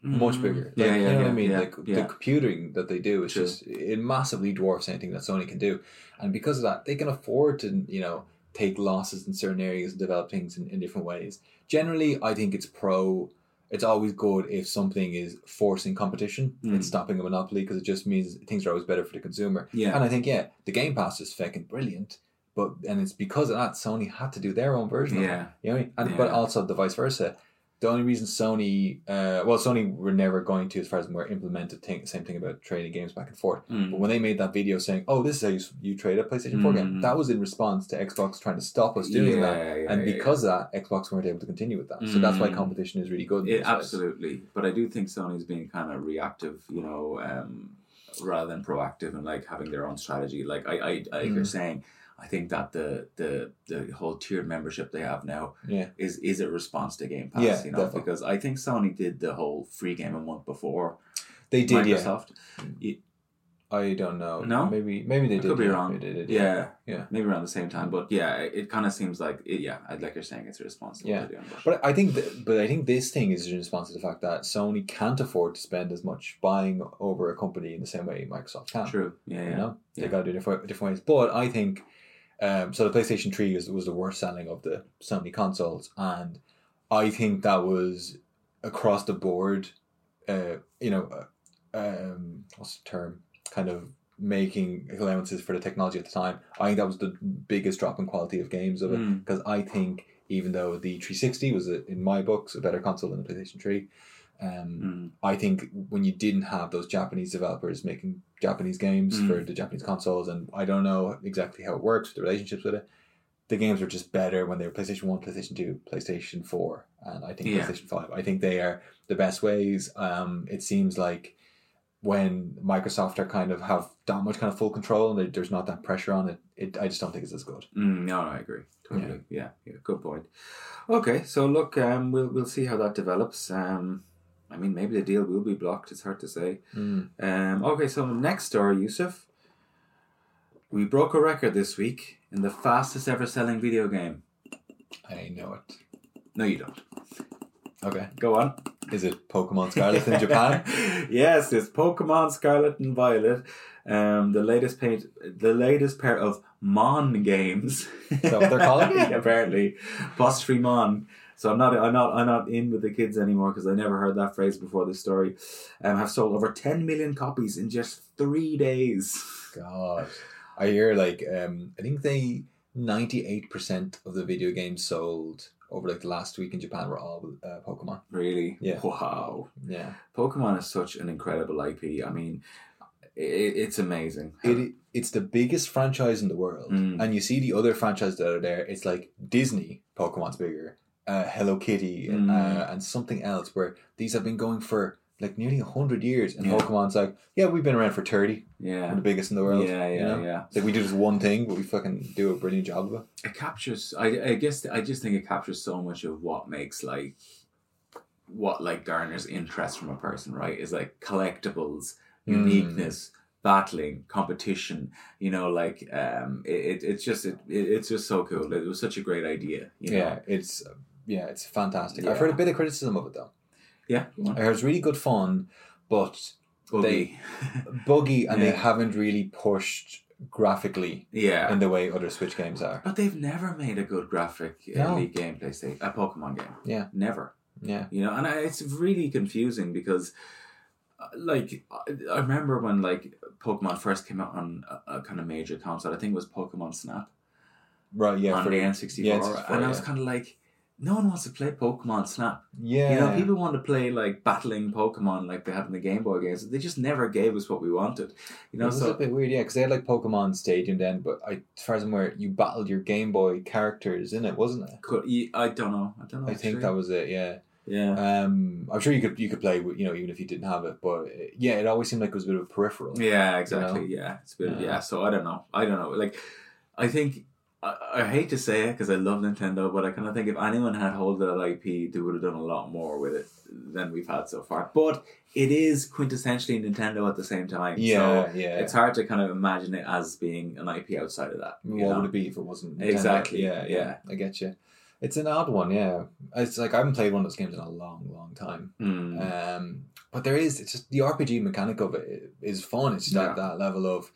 [SPEAKER 2] Mm-hmm.
[SPEAKER 3] Much bigger. Like,
[SPEAKER 2] Yeah, yeah,
[SPEAKER 3] you know what
[SPEAKER 2] yeah,
[SPEAKER 3] I mean?
[SPEAKER 2] yeah,
[SPEAKER 3] like the
[SPEAKER 2] yeah.
[SPEAKER 3] computing that they do is
[SPEAKER 2] True.
[SPEAKER 3] just it massively dwarfs anything that Sony can do. And because of that, they can afford to, you know, take losses in certain areas and develop things in, in different ways. Generally, I think it's pro it's always good if something is forcing competition
[SPEAKER 2] Mm.
[SPEAKER 3] and stopping a monopoly because it just means things are always better for the consumer.
[SPEAKER 2] Yeah.
[SPEAKER 3] And I think, yeah, the Game Pass is fucking brilliant. But and it's because of that Sony had to do their own version of it.
[SPEAKER 2] Yeah.
[SPEAKER 3] You know what I mean? And, But
[SPEAKER 2] Yeah.
[SPEAKER 3] also the vice versa. The only reason Sony, uh, well, Sony were never going to, as far as we're implemented, thing, same thing about trading games back and forth.
[SPEAKER 2] Mm.
[SPEAKER 3] But when they made that video saying, "Oh, this is how you, s- you trade a PlayStation Four game,"
[SPEAKER 2] Mm.
[SPEAKER 3] that was in response to Xbox trying to stop us doing that.
[SPEAKER 2] Yeah, yeah,
[SPEAKER 3] and
[SPEAKER 2] yeah,
[SPEAKER 3] because of that, Xbox weren't able to continue with that. So that's why
[SPEAKER 2] Mm.
[SPEAKER 3] competition is really good. in
[SPEAKER 2] yeah. It-
[SPEAKER 3] this space.
[SPEAKER 2] absolutely. But I do think Sony's being kind of reactive, you know, um, rather than proactive and like having their own strategy. Like I, I, I like you're
[SPEAKER 3] Mm.
[SPEAKER 2] saying, I think that the the the whole tiered membership they have now
[SPEAKER 3] Yeah.
[SPEAKER 2] is is a response to Game Pass,
[SPEAKER 3] Yeah,
[SPEAKER 2] you know,
[SPEAKER 3] definitely.
[SPEAKER 2] because I think Sony did the whole free game a month before
[SPEAKER 3] They did, yeah.
[SPEAKER 2] Microsoft.
[SPEAKER 3] I don't know.
[SPEAKER 2] No?
[SPEAKER 3] maybe maybe they
[SPEAKER 2] I
[SPEAKER 3] did.
[SPEAKER 2] could be
[SPEAKER 3] yeah.
[SPEAKER 2] wrong.
[SPEAKER 3] Maybe they did,
[SPEAKER 2] Yeah.
[SPEAKER 3] yeah.
[SPEAKER 2] yeah.
[SPEAKER 3] Yeah.
[SPEAKER 2] maybe around the same time, but yeah, it, it kind of seems like it, yeah, I'd like you're saying it's a response to what
[SPEAKER 3] Yeah.
[SPEAKER 2] they're doing. But,
[SPEAKER 3] But I think, th- but I think this thing is in response to the fact that Sony can't afford to spend as much buying over a company in the same way Microsoft can.
[SPEAKER 2] true, yeah, yeah,
[SPEAKER 3] You know,
[SPEAKER 2] Yeah.
[SPEAKER 3] they got to do different different ways. But I think, um, so the PlayStation Three is, was the worst selling of the Sony consoles, and I think that was across the board. Uh, you know, uh, um, what's the term? Kind of making allowances for the technology at the time. I think that was the biggest drop in quality of games of it
[SPEAKER 2] Mm.
[SPEAKER 3] because I think even though the 360 was a, in my books a better console than the PlayStation 3, um,
[SPEAKER 2] Mm.
[SPEAKER 3] I think when you didn't have those Japanese developers making Japanese games
[SPEAKER 2] Mm.
[SPEAKER 3] for the Japanese consoles, and I don't know exactly how it works, the relationships with it, the games were just better when they were PlayStation 1, PlayStation 2, PlayStation 4, and I think
[SPEAKER 2] Yeah.
[SPEAKER 3] PlayStation 5. I think they are the best ways. Um, it seems like when Microsoft are kind of have that much kind of full control and there- there's not that pressure on it, it, I just don't think it's as good.
[SPEAKER 2] Mm, no, I agree. Totally. Yeah. yeah, good point. Okay, so look, um, we'll we'll see how that develops. Um, I mean, maybe the deal will be blocked. It's hard to say. Um, okay, so next story, Yusuf. We broke a record this week in the fastest ever selling video game.
[SPEAKER 3] I know it.
[SPEAKER 2] No, you don't.
[SPEAKER 3] Okay.
[SPEAKER 2] Go on.
[SPEAKER 3] Is it Pokemon Scarlet in
[SPEAKER 2] [laughs]
[SPEAKER 3] Japan?
[SPEAKER 2] yes, it's Pokemon Scarlet and Violet, um, the latest paint, the latest pair of Mon games. Is
[SPEAKER 3] that what they're called?
[SPEAKER 2] [laughs] apparently, apostrophe Mon. So I'm not, I'm not, I'm not in with the kids anymore because I never heard that phrase before this story. Um, have sold over 10 million copies in just three days.
[SPEAKER 3] God. I hear like um I think they ninety eight percent of the video games sold over like the last week in Japan were all uh, Pokemon.
[SPEAKER 2] Really?
[SPEAKER 3] Yeah.
[SPEAKER 2] Wow.
[SPEAKER 3] Yeah.
[SPEAKER 2] Pokemon is such an incredible IP. I mean, i it's amazing.
[SPEAKER 3] It it's the biggest franchise in the world.
[SPEAKER 2] Mm.
[SPEAKER 3] And you see the other franchises that are there, it's like Disney, Pokemon's bigger, uh, Hello Kitty
[SPEAKER 2] Mm.
[SPEAKER 3] uh, and something else where these have been going for like nearly 100 years and
[SPEAKER 2] Yeah.
[SPEAKER 3] Pokemon's like, yeah, we've been around for 30. We're
[SPEAKER 2] Yeah.
[SPEAKER 3] the biggest in the
[SPEAKER 2] Yeah,
[SPEAKER 3] world.
[SPEAKER 2] yeah,
[SPEAKER 3] you know?
[SPEAKER 2] yeah.
[SPEAKER 3] It's like we do this one thing, but we fucking do a brilliant job of it.
[SPEAKER 2] It captures. I, I guess. I just think it captures so much of what makes like, what like garners interest from a person. Right? Is like collectibles,
[SPEAKER 3] Hmm.
[SPEAKER 2] uniqueness, battling, competition. You know, like um, it, it it's just it, it, it's just so cool. It was such a great idea. You
[SPEAKER 3] Yeah,
[SPEAKER 2] know?
[SPEAKER 3] it's yeah, it's fantastic.
[SPEAKER 2] Yeah.
[SPEAKER 3] I've heard a bit of criticism of it though.
[SPEAKER 2] Yeah.
[SPEAKER 3] I heard it's really good fun, but
[SPEAKER 2] Buggy.
[SPEAKER 3] buggy, and they
[SPEAKER 2] Yeah.
[SPEAKER 3] haven't really pushed graphically
[SPEAKER 2] yeah.
[SPEAKER 3] in the way other Switch games are.
[SPEAKER 2] But they've never made a good graphic uh,
[SPEAKER 3] No.
[SPEAKER 2] League game PlayStation, a Pokemon game.
[SPEAKER 3] Yeah.
[SPEAKER 2] never.
[SPEAKER 3] Yeah,
[SPEAKER 2] You know, and I, it's really confusing because, uh, like, I, I remember when like Pokemon first came out on a, a kind of major console. I think it was Pokemon Snap
[SPEAKER 3] right. Yeah,
[SPEAKER 2] on
[SPEAKER 3] for-
[SPEAKER 2] the N sixty
[SPEAKER 3] yeah,
[SPEAKER 2] four,
[SPEAKER 3] 64,
[SPEAKER 2] and I was
[SPEAKER 3] yeah.
[SPEAKER 2] kind of like, no one wants to play Pokemon Snap.
[SPEAKER 3] yeah.
[SPEAKER 2] You know, people want to play like battling Pokemon like they had in the Game Boy games. They just never gave us what we wanted. You
[SPEAKER 3] it
[SPEAKER 2] know,
[SPEAKER 3] was a
[SPEAKER 2] so
[SPEAKER 3] bit weird, yeah, because they had like Pokemon Stadium then, but I, as far as I'm aware, you battled your Game Boy characters in it, wasn't it?
[SPEAKER 2] could, I don't know. I don't know.
[SPEAKER 3] I think that was it. Yeah.
[SPEAKER 2] yeah.
[SPEAKER 3] Um, I'm sure you could you could play with you know even if you didn't have it, but uh, yeah, it always seemed like it was a bit of a peripheral.
[SPEAKER 2] Yeah, exactly. Yeah, it's a bit.
[SPEAKER 3] Yeah.
[SPEAKER 2] Yeah. So I don't know. I don't know. Like, I think I, I hate to say it because I love Nintendo, but I kind of think if anyone had hold of that IP, they would have done a lot more with it than we've had so far. But it is quintessentially Nintendo at the same time.
[SPEAKER 3] yeah,
[SPEAKER 2] So
[SPEAKER 3] yeah.
[SPEAKER 2] it's hard to kind of imagine it as being an IP outside of that. you
[SPEAKER 3] what
[SPEAKER 2] know?
[SPEAKER 3] would it be if it wasn't Nintendo?
[SPEAKER 2] Exactly,
[SPEAKER 3] Yeah, yeah,
[SPEAKER 2] yeah.
[SPEAKER 3] I get you. It's an odd one, yeah. It's like I haven't played one of those games in a long, long time.
[SPEAKER 2] Mm.
[SPEAKER 3] Um, but there is it's just the RPG mechanic of it is fun. It's just
[SPEAKER 2] Yeah.
[SPEAKER 3] at that level of,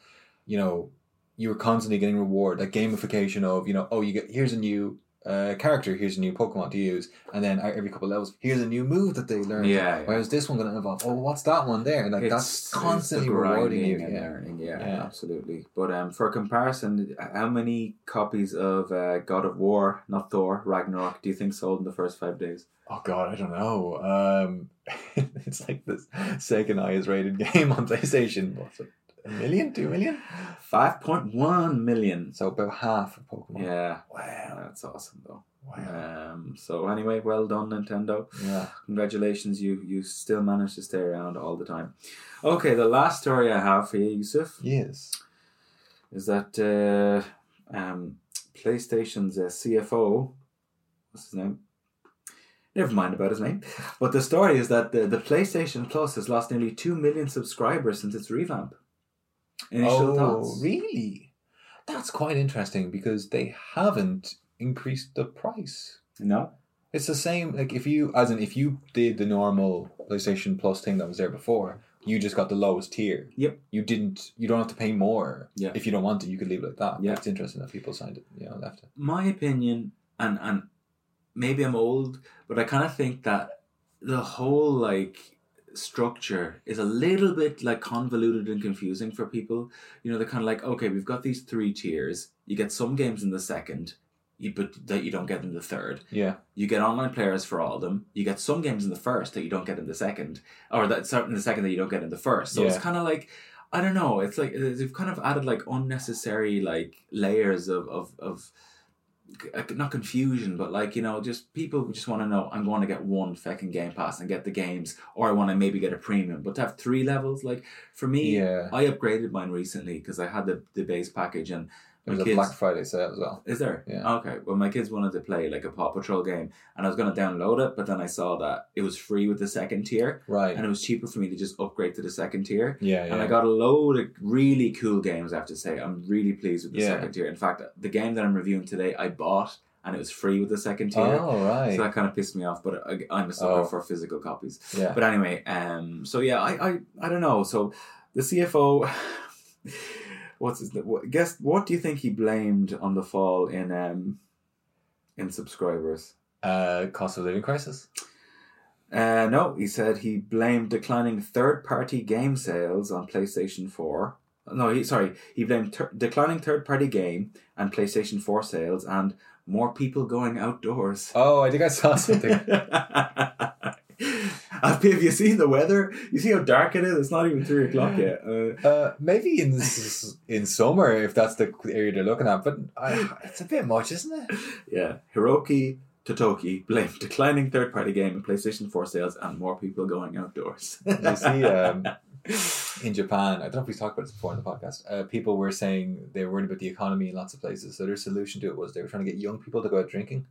[SPEAKER 3] you know, you were constantly getting reward, that gamification of you know, oh, you get here's a new uh, character, here's a new Pokemon to use, and then uh, every couple levels, here's a new move that they learned.
[SPEAKER 2] yeah, yeah.
[SPEAKER 3] Whereas this one going to involve, oh, what's that one there? And like that's
[SPEAKER 2] the
[SPEAKER 3] constantly
[SPEAKER 2] grinding
[SPEAKER 3] rewarding you.
[SPEAKER 2] and
[SPEAKER 3] Yeah.
[SPEAKER 2] learning. Yeah,
[SPEAKER 3] Yeah.
[SPEAKER 2] absolutely. But um, for comparison, how many copies of uh, God of War, not Thor, Ragnarok, do you think sold in the first five days?
[SPEAKER 3] Oh God, I don't know. Um, [laughs] it's like this second highest rated [laughs] game on PlayStation. What's it? A million, two million?
[SPEAKER 2] Five point one million.
[SPEAKER 3] So about half of Pokemon.
[SPEAKER 2] Yeah,
[SPEAKER 3] Wow.
[SPEAKER 2] that's awesome though.
[SPEAKER 3] Wow.
[SPEAKER 2] Um, so anyway, well done Nintendo.
[SPEAKER 3] Yeah.
[SPEAKER 2] Congratulations, you you still managed to stay around all the time. Okay, the last story I have for you, Yusuf,
[SPEAKER 3] Yes.
[SPEAKER 2] is that uh, um, PlayStation's uh, CFO, what's his name? Never mind about his name. [laughs] But the story is that the, the PlayStation Plus has lost nearly 2 million subscribers since its revamp. Initial thoughts?
[SPEAKER 3] Oh, really? That's quite interesting because they haven't increased the price.
[SPEAKER 2] No?
[SPEAKER 3] It's the same. Like if you, as in, if you did the normal PlayStation Plus thing that was there before, you just got the lowest tier.
[SPEAKER 2] Yep.
[SPEAKER 3] You didn't. You don't have to pay more.
[SPEAKER 2] Yeah.
[SPEAKER 3] If you don't want to, you could leave it like that.
[SPEAKER 2] Yeah.
[SPEAKER 3] It's interesting that people signed it. You know, left it.
[SPEAKER 2] my opinion, and and maybe I'm old, but I kind of think that the whole like structure is a little bit like convoluted and confusing for people. You know, they're kind of like, okay, we've got these three tiers. You get some games in the second, you but that you don't get in the third.
[SPEAKER 3] Yeah.
[SPEAKER 2] You get online players for all of them. You get some games in the first that you don't get in the second, or that sorry, in the second that you don't get in the first. So it's
[SPEAKER 3] Yeah.
[SPEAKER 2] kind of like I don't know. It's like uh, they've kind of added like unnecessary like layers of of of uh, not confusion, but like you know, just people just want to know. I'm going to get one fucking Game Pass and get the games, or I want to maybe get a premium. But to have three levels, like for me,
[SPEAKER 3] Yeah.
[SPEAKER 2] I upgraded mine recently because I had the the base package and
[SPEAKER 3] It was
[SPEAKER 2] my
[SPEAKER 3] a
[SPEAKER 2] kids- Oh,
[SPEAKER 3] Black Friday sale as well.
[SPEAKER 2] is there?
[SPEAKER 3] Yeah.
[SPEAKER 2] Okay. Well, my kids wanted to play like a Paw Patrol game, and I was going to download it, but then I saw that it was free with the second tier,
[SPEAKER 3] Right.
[SPEAKER 2] and it was cheaper for me to just upgrade to the second tier.
[SPEAKER 3] yeah. Yeah.
[SPEAKER 2] And I got a load of really cool games. I have to say, I'm really pleased with the
[SPEAKER 3] Yeah.
[SPEAKER 2] second tier. In fact, the game that I'm reviewing today, I bought, and it was free with the second tier.
[SPEAKER 3] oh right.
[SPEAKER 2] So that kind of pissed me off, but I, I'm a sucker
[SPEAKER 3] Oh.
[SPEAKER 2] for physical copies.
[SPEAKER 3] yeah.
[SPEAKER 2] But anyway, um, so yeah, I, I, I don't know. So the CFO, [laughs] what's his what, guess? What do you think he blamed on the fall in um, in subscribers?
[SPEAKER 3] Uh, cost of living crisis.
[SPEAKER 2] Uh, no, he said he blamed declining third-party game sales on PlayStation Four. No, he sorry, he blamed ter- declining third-party game and PlayStation Four sales and more people going outdoors.
[SPEAKER 3] Oh, I think I saw
[SPEAKER 2] [laughs]
[SPEAKER 3] something.
[SPEAKER 2] Have you seen the weather? You see how dark it is. It's not even three o'clock yet. Uh,
[SPEAKER 3] Uh, maybe in s- in summer if that's the area they're looking at, but I, it's a bit much, isn't it?
[SPEAKER 2] yeah, Hiroki Totoki blamed declining third party game and PlayStation 4 sales and more people going outdoors.
[SPEAKER 3] You see, um, in Japan, I don't know if we talked about this before in the podcast. Uh, people were saying they were worried about the economy in lots of places, so their solution to it was they were trying to get young people to go out drinking.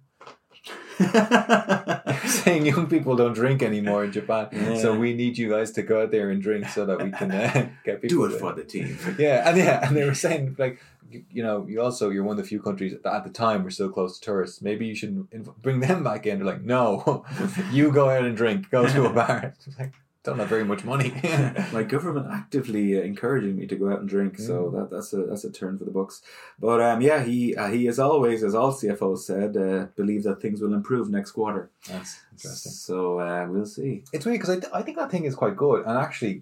[SPEAKER 3] [laughs] saying young people don't drink anymore in Japan, so
[SPEAKER 2] Yeah.
[SPEAKER 3] we need you guys to go out there and drink so that we can uh, [laughs] get people.
[SPEAKER 2] [laughs] Do
[SPEAKER 3] to-
[SPEAKER 2] it for the
[SPEAKER 3] [laughs]
[SPEAKER 2] team.
[SPEAKER 3] yeah, and yeah, and they were saying like, you, you know, you also you're one of the few countries that at the time were still closed to tourists. Maybe you should inv- bring them back in. They're like, no, [laughs] you go out and drink, go to a bar. [laughs] It's like, don't have very
[SPEAKER 2] [laughs]
[SPEAKER 3] much money. [laughs]
[SPEAKER 2] my government actively uh, encouraging me to go out and drink, so that, that's a that's a turn for the books. But um, yeah, he uh, he as always, as all CFOs said, uh, believe that things will improve next quarter.
[SPEAKER 3] That's interesting.
[SPEAKER 2] So uh, we'll see.
[SPEAKER 3] It's weird because I, th- I think that thing is quite good, and actually,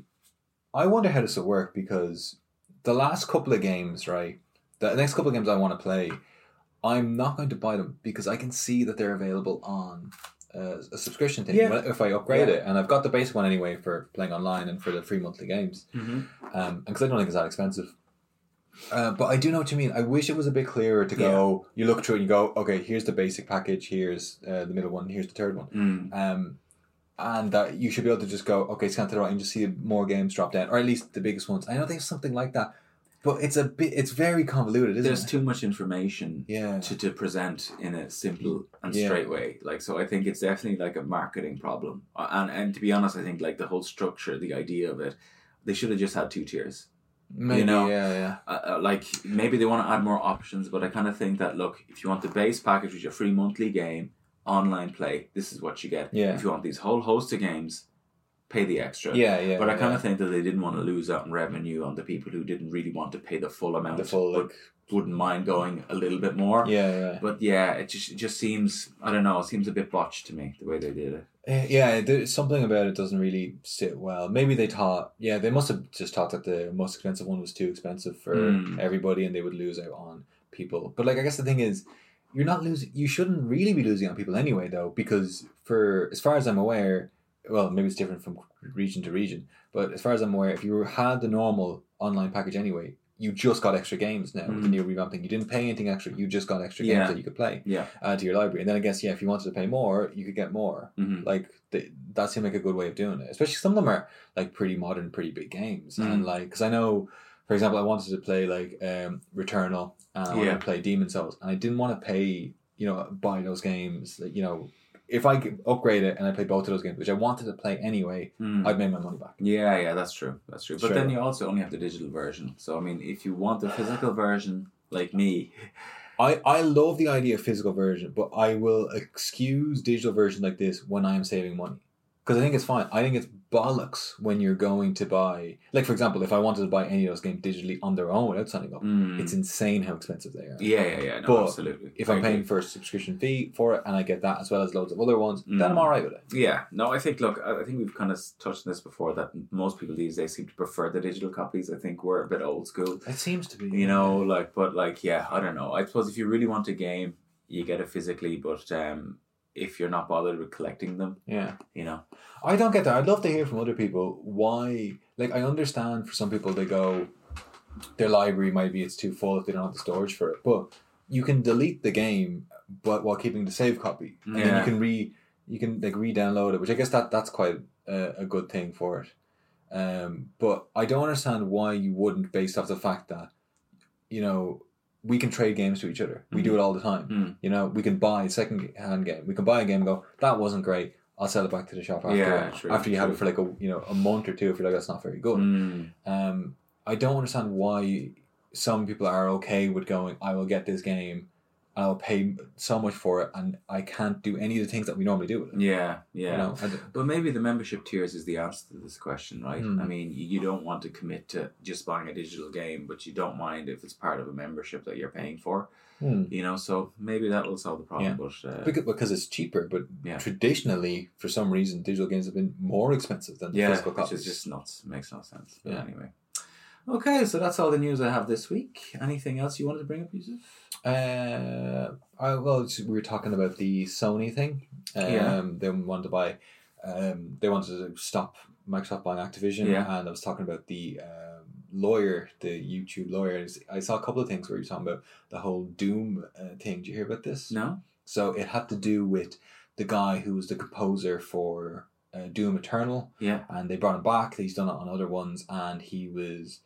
[SPEAKER 3] I wonder how this will work because the last couple of games, right? The next couple of games I want to play, I'm not going to buy them because I can see that they're available on uh, a subscription thing
[SPEAKER 2] Yeah.
[SPEAKER 3] when- if I upgrade
[SPEAKER 2] Yeah.
[SPEAKER 3] it, and I've got the basic one anyway for playing online and for the free monthly games, um, because I don't think it's that expensive. Uh, but I do know what you mean. I wish it was a bit clearer to go. You look through it and you go, okay, here's the basic package, here's uh, the middle one, here's the third one
[SPEAKER 2] Mm.
[SPEAKER 3] um, and that you should be able to just go, okay, scan to the right and just see more games drop down, or at least the biggest ones. I know there's something like that, but it's a bit, it's very convoluted, isn't
[SPEAKER 2] There's
[SPEAKER 3] it?
[SPEAKER 2] too much information
[SPEAKER 3] yeah,
[SPEAKER 2] to, to present in a simple and
[SPEAKER 3] Yeah.
[SPEAKER 2] straight way. Like so, I think it's definitely like a marketing problem. Uh, And and to be honest, I think like the whole structure, the idea of it, they should have just had two tiers.
[SPEAKER 3] maybe,
[SPEAKER 2] know.
[SPEAKER 3] yeah, yeah,
[SPEAKER 2] Uh, uh, like maybe they want to add more options, but I kind of think that look, if you want the base package with your free monthly game, online play, this is what you get.
[SPEAKER 3] Yeah.
[SPEAKER 2] If you want these whole host of games, pay the extra.
[SPEAKER 3] yeah, yeah.
[SPEAKER 2] But I kind
[SPEAKER 3] yeah.
[SPEAKER 2] of think that they didn't want to lose out on revenue on the people who didn't really want to pay the full amount,
[SPEAKER 3] the full,
[SPEAKER 2] but
[SPEAKER 3] like,
[SPEAKER 2] wouldn't mind going a little bit more.
[SPEAKER 3] yeah, yeah.
[SPEAKER 2] But yeah, it just it just seems I don't know, it seems a bit botched to me the way they did it.
[SPEAKER 3] Eh, Yeah, there's something about it doesn't really sit well. Maybe they thought, yeah, they must have just thought that the most expensive one was too expensive for
[SPEAKER 2] Mm.
[SPEAKER 3] everybody, and they would lose out on people. But like, I guess the thing is, you're not losing. You shouldn't really be losing on people anyway, though, because for as far as I'm aware, well, maybe it's different from region to region, but as far as I'm aware, if you had the normal online package anyway, you just got extra games now with the
[SPEAKER 2] Mm.
[SPEAKER 3] new revamping. You didn't pay anything extra. You just got extra games
[SPEAKER 2] Yeah.
[SPEAKER 3] that you could play
[SPEAKER 2] Yeah.
[SPEAKER 3] uh, to your library. And then I guess yeah, if you wanted to pay more, you could get more
[SPEAKER 2] hmm
[SPEAKER 3] like they, that seemed like a good way of doing it especially some of them are like pretty modern pretty big games and like because i know for example i wanted to play like um returnal and i wanted
[SPEAKER 2] Yeah.
[SPEAKER 3] to play demon souls and i didn't want to pay you know buy those games like, you know if i could upgrade it and i play both of those games which i wanted to play anyway
[SPEAKER 2] Mm.
[SPEAKER 3] i'd made my money back
[SPEAKER 2] Hmm. Yeah, yeah, that's true. That's true. But
[SPEAKER 3] Straight
[SPEAKER 2] then
[SPEAKER 3] up.
[SPEAKER 2] you also only have the digital version. So I mean, if you want the physical version, like me,
[SPEAKER 3] i i love the idea of physical version but i will excuse digital version like this when i'm saving money because I think it's fine. I think it's bollocks when you're going to buy, like for example, if I wanted to buy any of those games digitally on their own without signing up,
[SPEAKER 2] mm,
[SPEAKER 3] it's insane how expensive they are.
[SPEAKER 2] yeah, yeah, yeah, no,
[SPEAKER 3] Hmm. But
[SPEAKER 2] absolutely.
[SPEAKER 3] If
[SPEAKER 2] I
[SPEAKER 3] I'm paying
[SPEAKER 2] agree.
[SPEAKER 3] for a subscription fee for it and I get that as well as loads of other ones,
[SPEAKER 2] Mm.
[SPEAKER 3] then I'm all right with it.
[SPEAKER 2] yeah, no, I think look, I I think we've kind of touched on this before that most people these days seem to prefer the digital copies. I think we're a bit old school.
[SPEAKER 3] It seems to be,
[SPEAKER 2] you know like but like yeah i don't know i suppose if you really want a game you get it physically but um if you're not bothered with collecting them
[SPEAKER 3] Yeah,
[SPEAKER 2] you know
[SPEAKER 3] I don't get that. I'd love to hear from other people why. Like, I understand for some people they go, their library maybe it's too full if they don't have the storage for it, but you can delete the game, but while keeping the save copy, and then
[SPEAKER 2] Yeah.
[SPEAKER 3] you can re, you can like re-download it, which I guess that that's quite a, a good thing for it. Um, but I don't understand why you wouldn't, based off the fact that, you know, we can trade games to each other. We do it all the time.
[SPEAKER 2] Mm.
[SPEAKER 3] You know, we can buy a second-hand game. We can buy a game and go, that wasn't great. I'll sell it back to the shop after.
[SPEAKER 2] Yeah, true,
[SPEAKER 3] after you have
[SPEAKER 2] true.
[SPEAKER 3] it for like a you know a month or two, if you're like that's not very good.
[SPEAKER 2] mm.
[SPEAKER 3] Um, I don't understand why some people are okay with going. I will get this game. and I'll pay so much for it, and I can't do any of the things that we normally do with it.
[SPEAKER 2] yeah yeah
[SPEAKER 3] You know, I d-
[SPEAKER 2] but maybe the membership tiers is the answer to this question right
[SPEAKER 3] Mm.
[SPEAKER 2] i mean you you don't want to commit to just buying a digital game but you don't mind if it's part of a membership that you're paying for
[SPEAKER 3] Hmm.
[SPEAKER 2] you know so maybe that will solve the problem but uh,
[SPEAKER 3] Becau- because it's cheaper, but
[SPEAKER 2] Yeah.
[SPEAKER 3] traditionally, for some reason, digital games have been more expensive than the
[SPEAKER 2] yeah
[SPEAKER 3] physical
[SPEAKER 2] which
[SPEAKER 3] copies.
[SPEAKER 2] is just nuts makes no sense but
[SPEAKER 3] Yeah.
[SPEAKER 2] anyway okay so that's all the news i have this week anything else you wanted to bring up yusuf
[SPEAKER 3] Uh, I, well, it's, we were talking about the Sony thing. Um,
[SPEAKER 2] Yeah.
[SPEAKER 3] They wanted to buy. Um, they wanted to stop Microsoft buying Activision.
[SPEAKER 2] Yeah.
[SPEAKER 3] And I was talking about the um, lawyer, the YouTube lawyer. I saw a couple of things where you were talking about the whole Doom uh, thing. Did you hear about this?
[SPEAKER 2] no
[SPEAKER 3] So it had to do with the guy who was the composer for uh, Doom Eternal,
[SPEAKER 2] Yeah.
[SPEAKER 3] and they brought him back. He's done it on other ones, and he was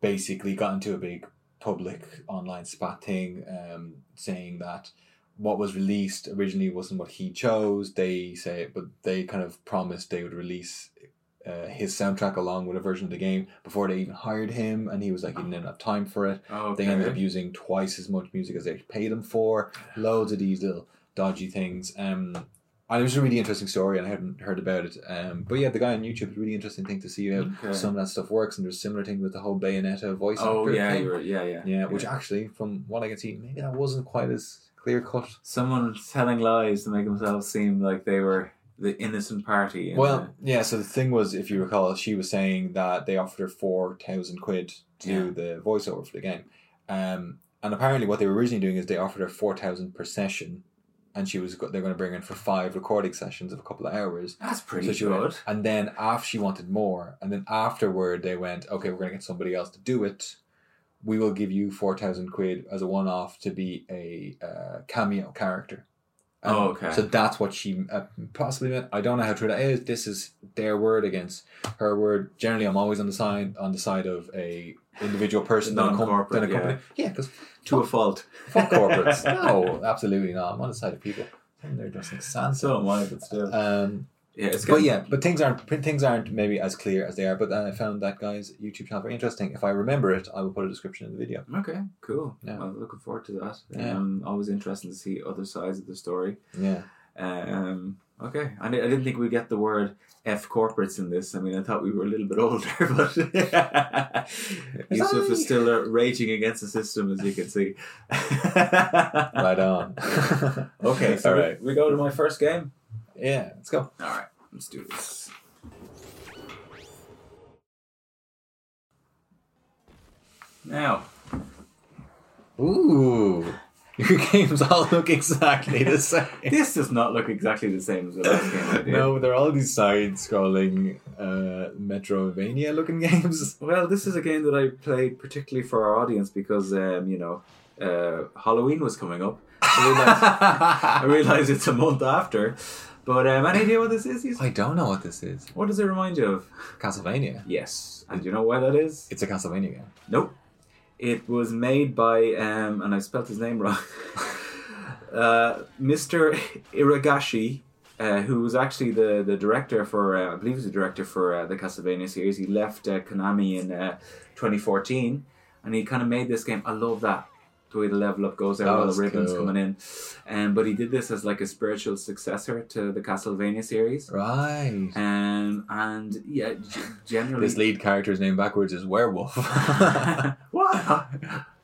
[SPEAKER 3] basically got into a big public online spat thing, um, saying that what was released originally wasn't what he chose. They say, but they kind of promised they would release uh, his soundtrack along with a version of the game before they even hired him, and he was like, he didn't have time for it.
[SPEAKER 2] Oh,
[SPEAKER 3] They ended up using twice as much music as they paid them for. Loads of these little dodgy things. Um, and it was a really interesting story, and I hadn't heard about it. Um, but yeah, the guy on YouTube it's a really interesting thing to see how
[SPEAKER 2] Okay.
[SPEAKER 3] some of that stuff works. And there's a similar thing with the whole Bayonetta voice
[SPEAKER 2] oh
[SPEAKER 3] actor
[SPEAKER 2] yeah,
[SPEAKER 3] thing.
[SPEAKER 2] you were, yeah, yeah,
[SPEAKER 3] yeah, which actually, from what I can see, maybe that wasn't quite as clear cut.
[SPEAKER 2] someone telling lies to make themselves seem like they were the innocent party. in
[SPEAKER 3] Well, yeah. So the thing was, if you recall, she was saying that they offered her four thousand quid to
[SPEAKER 2] Yeah.
[SPEAKER 3] the voiceover for the game, um, and apparently what they were originally doing is they offered her four thousand per session, and she was go- they're going to bring in for five recording sessions of a couple of hours.
[SPEAKER 2] the- that's pretty
[SPEAKER 3] so she
[SPEAKER 2] good.
[SPEAKER 3] went, and then after she wanted more, and then afterward they went, okay, we're going to get somebody else to do it. We will give you four thousand quid as a one-off to be a uh, cameo character. And
[SPEAKER 2] oh, okay.
[SPEAKER 3] so that's what she uh, possibly meant. I don't know how true that is. This is their word against her word. Generally, I'm always on the side on the side of a individual person, than a com-
[SPEAKER 2] Non-corporate,
[SPEAKER 3] than a company. Yeah, because
[SPEAKER 2] to a fault. [laughs]
[SPEAKER 3] fuck corporates. no, absolutely not. I'm on the side of people. And they're just like
[SPEAKER 2] And
[SPEAKER 3] Sansa.
[SPEAKER 2] so am I, but still.
[SPEAKER 3] Um,
[SPEAKER 2] yeah, it's
[SPEAKER 3] but
[SPEAKER 2] getting-
[SPEAKER 3] yeah, but things aren't things aren't maybe as clear as they are. But uh, I found that guy's YouTube channel very interesting. If I remember it, I will put a description in the video.
[SPEAKER 2] Okay, cool.
[SPEAKER 3] Yeah.
[SPEAKER 2] Well, looking forward to that.
[SPEAKER 3] Yeah.
[SPEAKER 2] Um, always interesting to see other sides of the story.
[SPEAKER 3] Yeah,
[SPEAKER 2] Um, okay, I, di- I didn't think we'd get the word F corporates in this. I mean, I thought we were a little bit older, [laughs] but Yusuf is still uh, raging against the system, as you can see. [laughs]
[SPEAKER 3] right on.
[SPEAKER 2] Okay, so
[SPEAKER 3] [laughs] all
[SPEAKER 2] we-
[SPEAKER 3] right.
[SPEAKER 2] we go to my first game.
[SPEAKER 3] Yeah, let's go.
[SPEAKER 2] All right, let's do this. Now,
[SPEAKER 3] Ooh. [laughs] Your games all look exactly
[SPEAKER 2] [laughs]
[SPEAKER 3] the same.
[SPEAKER 2] this does not look exactly the same as the last game I did.
[SPEAKER 3] no, they're all these side scrolling uh, Metrovania looking [laughs] games.
[SPEAKER 2] Well, this is a game that I played particularly for our audience because, um, you know, uh, Halloween was coming up. I realized, I
[SPEAKER 3] I
[SPEAKER 2] realized it's a month after. But um, any idea what this is? Yusuf?
[SPEAKER 3] don't know what this is.
[SPEAKER 2] What does it remind you of?
[SPEAKER 3] Castlevania.
[SPEAKER 2] Yes. And you know why that is?
[SPEAKER 3] It's a Castlevania game.
[SPEAKER 2] Nope. It was made by, um, and I spelt his name wrong, [laughs] uh, Mr. Iragashi, uh, who was actually the, the director for, uh, I believe he was the director for uh, the Castlevania series. He left uh, Konami in uh, 2014 and he kind of made this game. I love that. The way the level up goes out,
[SPEAKER 3] That
[SPEAKER 2] all
[SPEAKER 3] was
[SPEAKER 2] the ribbons
[SPEAKER 3] cool.
[SPEAKER 2] coming in. Um, but he did this as like a spiritual successor to the Castlevania series.
[SPEAKER 3] Right.
[SPEAKER 2] Um, and yeah, g- generally. [laughs]
[SPEAKER 3] [laughs] This lead character's name backwards is Werewolf.
[SPEAKER 2] what?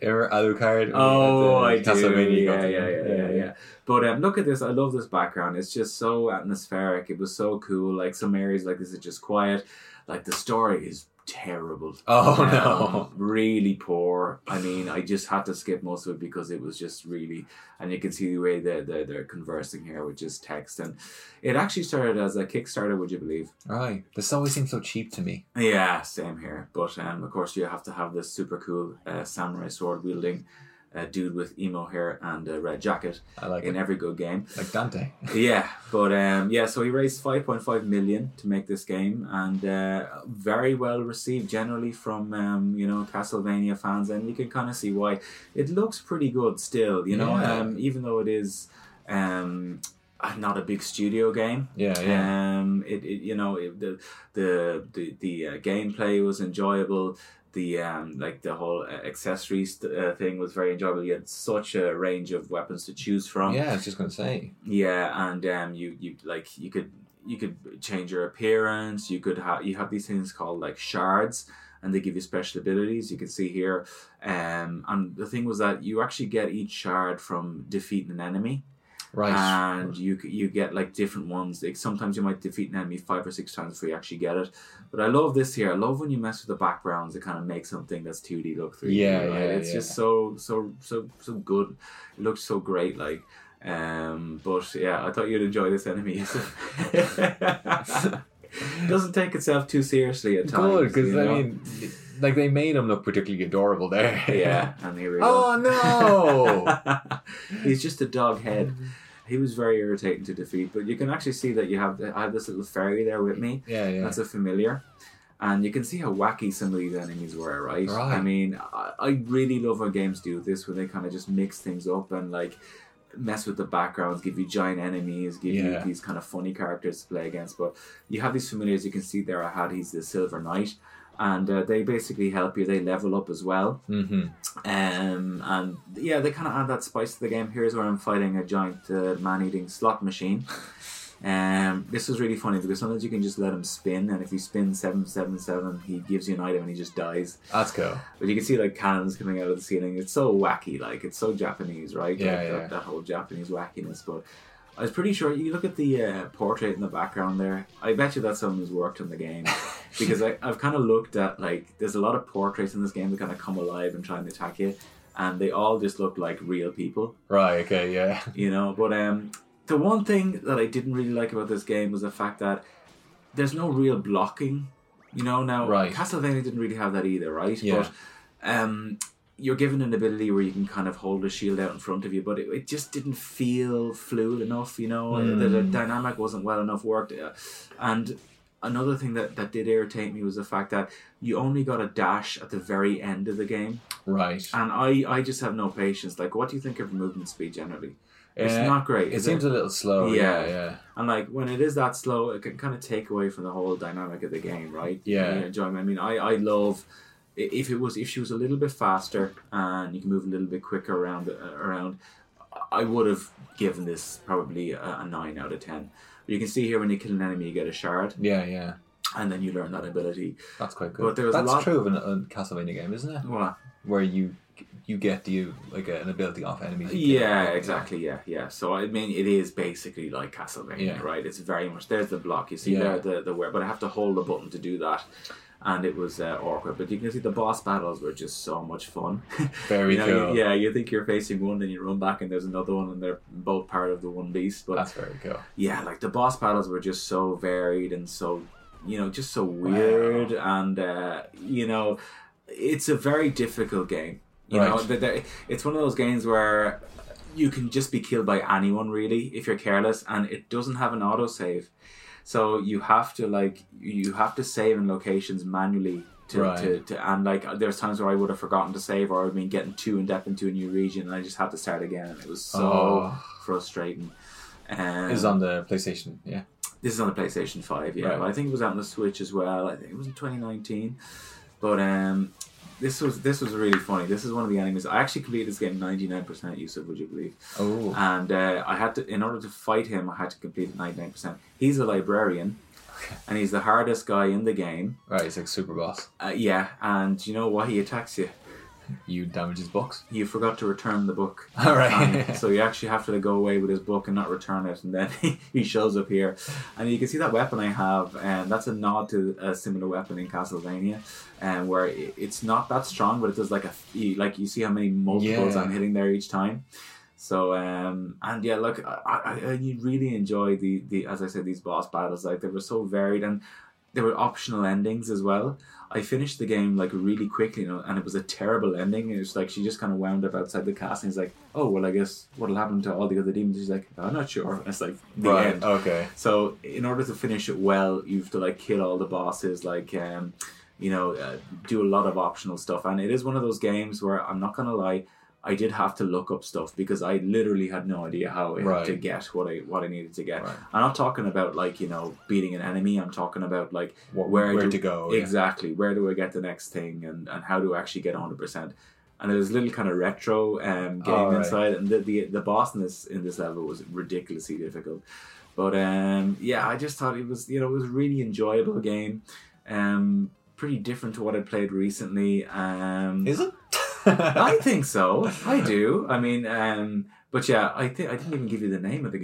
[SPEAKER 3] Remember Alucard?
[SPEAKER 2] Oh,
[SPEAKER 3] The
[SPEAKER 2] I do.
[SPEAKER 3] uh, Castlevania
[SPEAKER 2] Yeah,
[SPEAKER 3] got
[SPEAKER 2] yeah, yeah,
[SPEAKER 3] them.
[SPEAKER 2] yeah, yeah. But um, look at this. I love this background. It's just so atmospheric. It was so cool. Like some areas like this are just quiet. Like the story is terrible.
[SPEAKER 3] Oh,
[SPEAKER 2] Um,
[SPEAKER 3] no.
[SPEAKER 2] really poor. I mean, I just had to skip most of it because it was just really. And you can see the way that they're, they're conversing here with just text. And it actually started as a Kickstarter. Would you believe?
[SPEAKER 3] Right. This always seems so cheap to me.
[SPEAKER 2] Yeah, same here. But um, of course, you have to have this super cool uh, samurai sword wielding uh, dude with emo hair and a red jacket
[SPEAKER 3] I like
[SPEAKER 2] in
[SPEAKER 3] it.
[SPEAKER 2] every good game.
[SPEAKER 3] Like Dante.
[SPEAKER 2] Yeah, but um, yeah, so he raised 5.5 million to make this game and uh, very well received generally from, um, you know, Castlevania fans. And you can kind of see why it looks pretty good still, you know,
[SPEAKER 3] Yeah.
[SPEAKER 2] um, even though it is um, not a big studio game.
[SPEAKER 3] Yeah, yeah.
[SPEAKER 2] Um, it, it you know it, the the the, the uh, gameplay was enjoyable. The um, like the whole uh, accessories uh, thing was very enjoyable. You had such a range of weapons to choose from.
[SPEAKER 3] yeah, I was just going to say.
[SPEAKER 2] Yeah, and um, you you like you could you could change your appearance. You could have you have these things called like shards, and they give you special abilities. You can see here, um, and the thing was that you actually get each shard from defeating an enemy
[SPEAKER 3] Right.
[SPEAKER 2] and you you get like different ones. Like sometimes you might defeat an enemy five or six times before you actually get it. But I love this here. I love when you mess with the backgrounds to kind of make something that's two D look three D.
[SPEAKER 3] Yeah,
[SPEAKER 2] right?
[SPEAKER 3] yeah,
[SPEAKER 2] It's
[SPEAKER 3] yeah.
[SPEAKER 2] just so so so so good. It looks so great. Like, um, but yeah, I thought you'd enjoy this enemy. [laughs] Doesn't take itself too seriously at times.
[SPEAKER 3] Good, because
[SPEAKER 2] you
[SPEAKER 3] I
[SPEAKER 2] know?
[SPEAKER 3] mean, like they made him look particularly adorable there. [laughs]
[SPEAKER 2] yeah. And here we go. [laughs]
[SPEAKER 3] oh no!
[SPEAKER 2] He's just a dog head. He was very irritating to defeat, but you can actually see that you have. I have this little fairy there with me.
[SPEAKER 3] Yeah, yeah.
[SPEAKER 2] That's a familiar. And you can see how wacky some of these enemies were, right?
[SPEAKER 3] Right.
[SPEAKER 2] I mean, I, I really love when games do this, where they kind of just mix things up and like mess with the backgrounds, give you giant enemies, give
[SPEAKER 3] Yeah.
[SPEAKER 2] you these kind of funny characters to play against. But you have these familiars. You can see there, I had he's the Silver Knight, and uh, they basically help you. They level up as well.
[SPEAKER 3] mm-hmm.
[SPEAKER 2] Um, and yeah, they kind of add that spice to the game. Here's where I'm fighting a giant uh, man eating slot machine. Um, this is really funny because sometimes you can just let him spin, and if you spin 777, he gives you an item and he just dies.
[SPEAKER 3] That's cool.
[SPEAKER 2] But you can see like cannons coming out of the ceiling. It's so wacky, like it's so Japanese, right?
[SPEAKER 3] Yeah,
[SPEAKER 2] Like,
[SPEAKER 3] yeah.
[SPEAKER 2] That, that whole Japanese wackiness. But I was pretty sure you look at the uh, portrait in the background there. I bet you that's someone who's worked on the
[SPEAKER 3] [laughs]
[SPEAKER 2] game because I, I've kind of looked at like there's a lot of portraits in this game that kind of come alive and try and attack you, and they all just look like real people,
[SPEAKER 3] Right. Okay. Yeah. [laughs]
[SPEAKER 2] you know. But um, the one thing that I didn't really like about this game was the fact that there's no real blocking, you know. Now
[SPEAKER 3] Right.
[SPEAKER 2] Castlevania didn't really have that either, right?
[SPEAKER 3] Yeah.
[SPEAKER 2] But um, you're given an ability where you can kind of hold a shield out in front of you, but it, it just didn't feel fluid enough, you know.
[SPEAKER 3] Mm.
[SPEAKER 2] The, the dynamic wasn't well enough worked, uh, and another thing that, that did irritate me was the fact that you only got a dash at the very end of the game
[SPEAKER 3] Right.
[SPEAKER 2] and i, I just have no patience like what do you think of movement speed generally it's
[SPEAKER 3] Uh,
[SPEAKER 2] not great
[SPEAKER 3] It
[SPEAKER 2] is
[SPEAKER 3] seems a little slow. Yeah.
[SPEAKER 2] Yeah.
[SPEAKER 3] Yeah.
[SPEAKER 2] Eh, and like when it is that slow it can kind of take away from the whole dynamic of the game right
[SPEAKER 3] Yeah.
[SPEAKER 2] The enjoyment. i mean i, I love i- if it was if she was a little bit faster and you can move a little bit quicker around uh, around i would have given this probably a, a 9 out of 10 but you can see here when you kill an enemy you get a shard
[SPEAKER 3] Yeah. Yeah.
[SPEAKER 2] and then you learn that ability
[SPEAKER 3] That's quite good.
[SPEAKER 2] But there was a
[SPEAKER 3] That's
[SPEAKER 2] lot-
[SPEAKER 3] true of an, a Castlevania game, isn't it?
[SPEAKER 2] Well,
[SPEAKER 3] Where you you get the like a, an ability off enemies. you kill.
[SPEAKER 2] yeah, exactly, yeah, yeah. So I mean, it is basically like Castlevania,
[SPEAKER 3] Yeah.
[SPEAKER 2] right? It's very much there's the block you see
[SPEAKER 3] Yeah.
[SPEAKER 2] there, the the where, but I have to hold the button to do that, and it was uh, awkward. But you can see the boss battles were just so much fun.
[SPEAKER 3] Very
[SPEAKER 2] you know,
[SPEAKER 3] cool.
[SPEAKER 2] you- yeah, you think you're facing one, then you run back and there's another one, and they're both part of the one beast. But
[SPEAKER 3] That's very cool.
[SPEAKER 2] yeah, like the boss battles were just so varied and so, you know, just so weird. And, uh, you know, it's a very difficult game. You know,
[SPEAKER 3] Right.
[SPEAKER 2] the, the, it's one of those games where you can just be killed by anyone, really, if you're careless, and it doesn't have an autosave. So you have to, like, you have to save in locations manually. To,
[SPEAKER 3] Right.
[SPEAKER 2] to, to, and like there's times where I would have forgotten to save or I mean getting too in depth into a new region and I just had to start again and it was so
[SPEAKER 3] Oh.
[SPEAKER 2] frustrating. Um,
[SPEAKER 3] It's on the PlayStation. Yeah.
[SPEAKER 2] this is on the PlayStation Five, yeah.
[SPEAKER 3] Right.
[SPEAKER 2] But I think it was out on the Switch as well. I think it was in 2019. But um, this was this was really funny. This is one of the enemies. I actually completed this game 99% Yusuf, would you believe?
[SPEAKER 3] Oh.
[SPEAKER 2] And uh, I had to, in order to fight him, I had to complete it 99%. He's a librarian, and he's the hardest guy in the game.
[SPEAKER 3] Right. It's like Super Boss.
[SPEAKER 2] Uh, yeah, and you know why he attacks you?
[SPEAKER 3] You damage his box. [laughs]
[SPEAKER 2] You forgot to return the book. [laughs]
[SPEAKER 3] All [laughs]
[SPEAKER 2] Um, so you actually have to like, go away with his book and not return it, and then [laughs] he shows up here, and you can see that weapon I have, and that's a nod to a similar weapon in Castlevania, and where it, it's not that strong, but it does like a you- like you see how many multiples
[SPEAKER 3] Yeah.
[SPEAKER 2] I'm hitting there each time. So um and yeah, look, I, I, I you really enjoy the the as I said these boss battles like they were so varied and there were optional endings as well. I finished the game like really quickly, you know, and it was a terrible ending. It was like she just kind of wound up outside the castle. And he's like, "Oh well, I guess what'll happen to all the other demons?" She's like, "I'm not sure." [laughs] And it's like the
[SPEAKER 3] right.
[SPEAKER 2] end.
[SPEAKER 3] Okay.
[SPEAKER 2] So in order to finish it well, you have to like kill all the bosses, like um, you know, uh, do a lot of optional stuff. And it is one of those games where I'm not gonna lie, I did have to look up stuff because I literally had no idea how
[SPEAKER 3] Right.
[SPEAKER 2] to get what I what I needed to get.
[SPEAKER 3] Right.
[SPEAKER 2] I'm not talking about like you know beating an enemy. I'm talking about like
[SPEAKER 3] What, where
[SPEAKER 2] Where do-
[SPEAKER 3] to go? Oh, yeah.
[SPEAKER 2] exactly where do I get the next thing and, and how do I actually get 100%. And there's a little kind of retro um, game
[SPEAKER 3] All right.
[SPEAKER 2] inside, and the, the the boss in this in this level was ridiculously difficult. But um, yeah, I just thought it was you know it was a really enjoyable game, um, pretty different to what I played recently. Um,
[SPEAKER 3] Is it?
[SPEAKER 2] [laughs] I
[SPEAKER 3] [laughs]
[SPEAKER 2] think so. I do. I mean, um, but yeah, I think I didn't even give you the name of the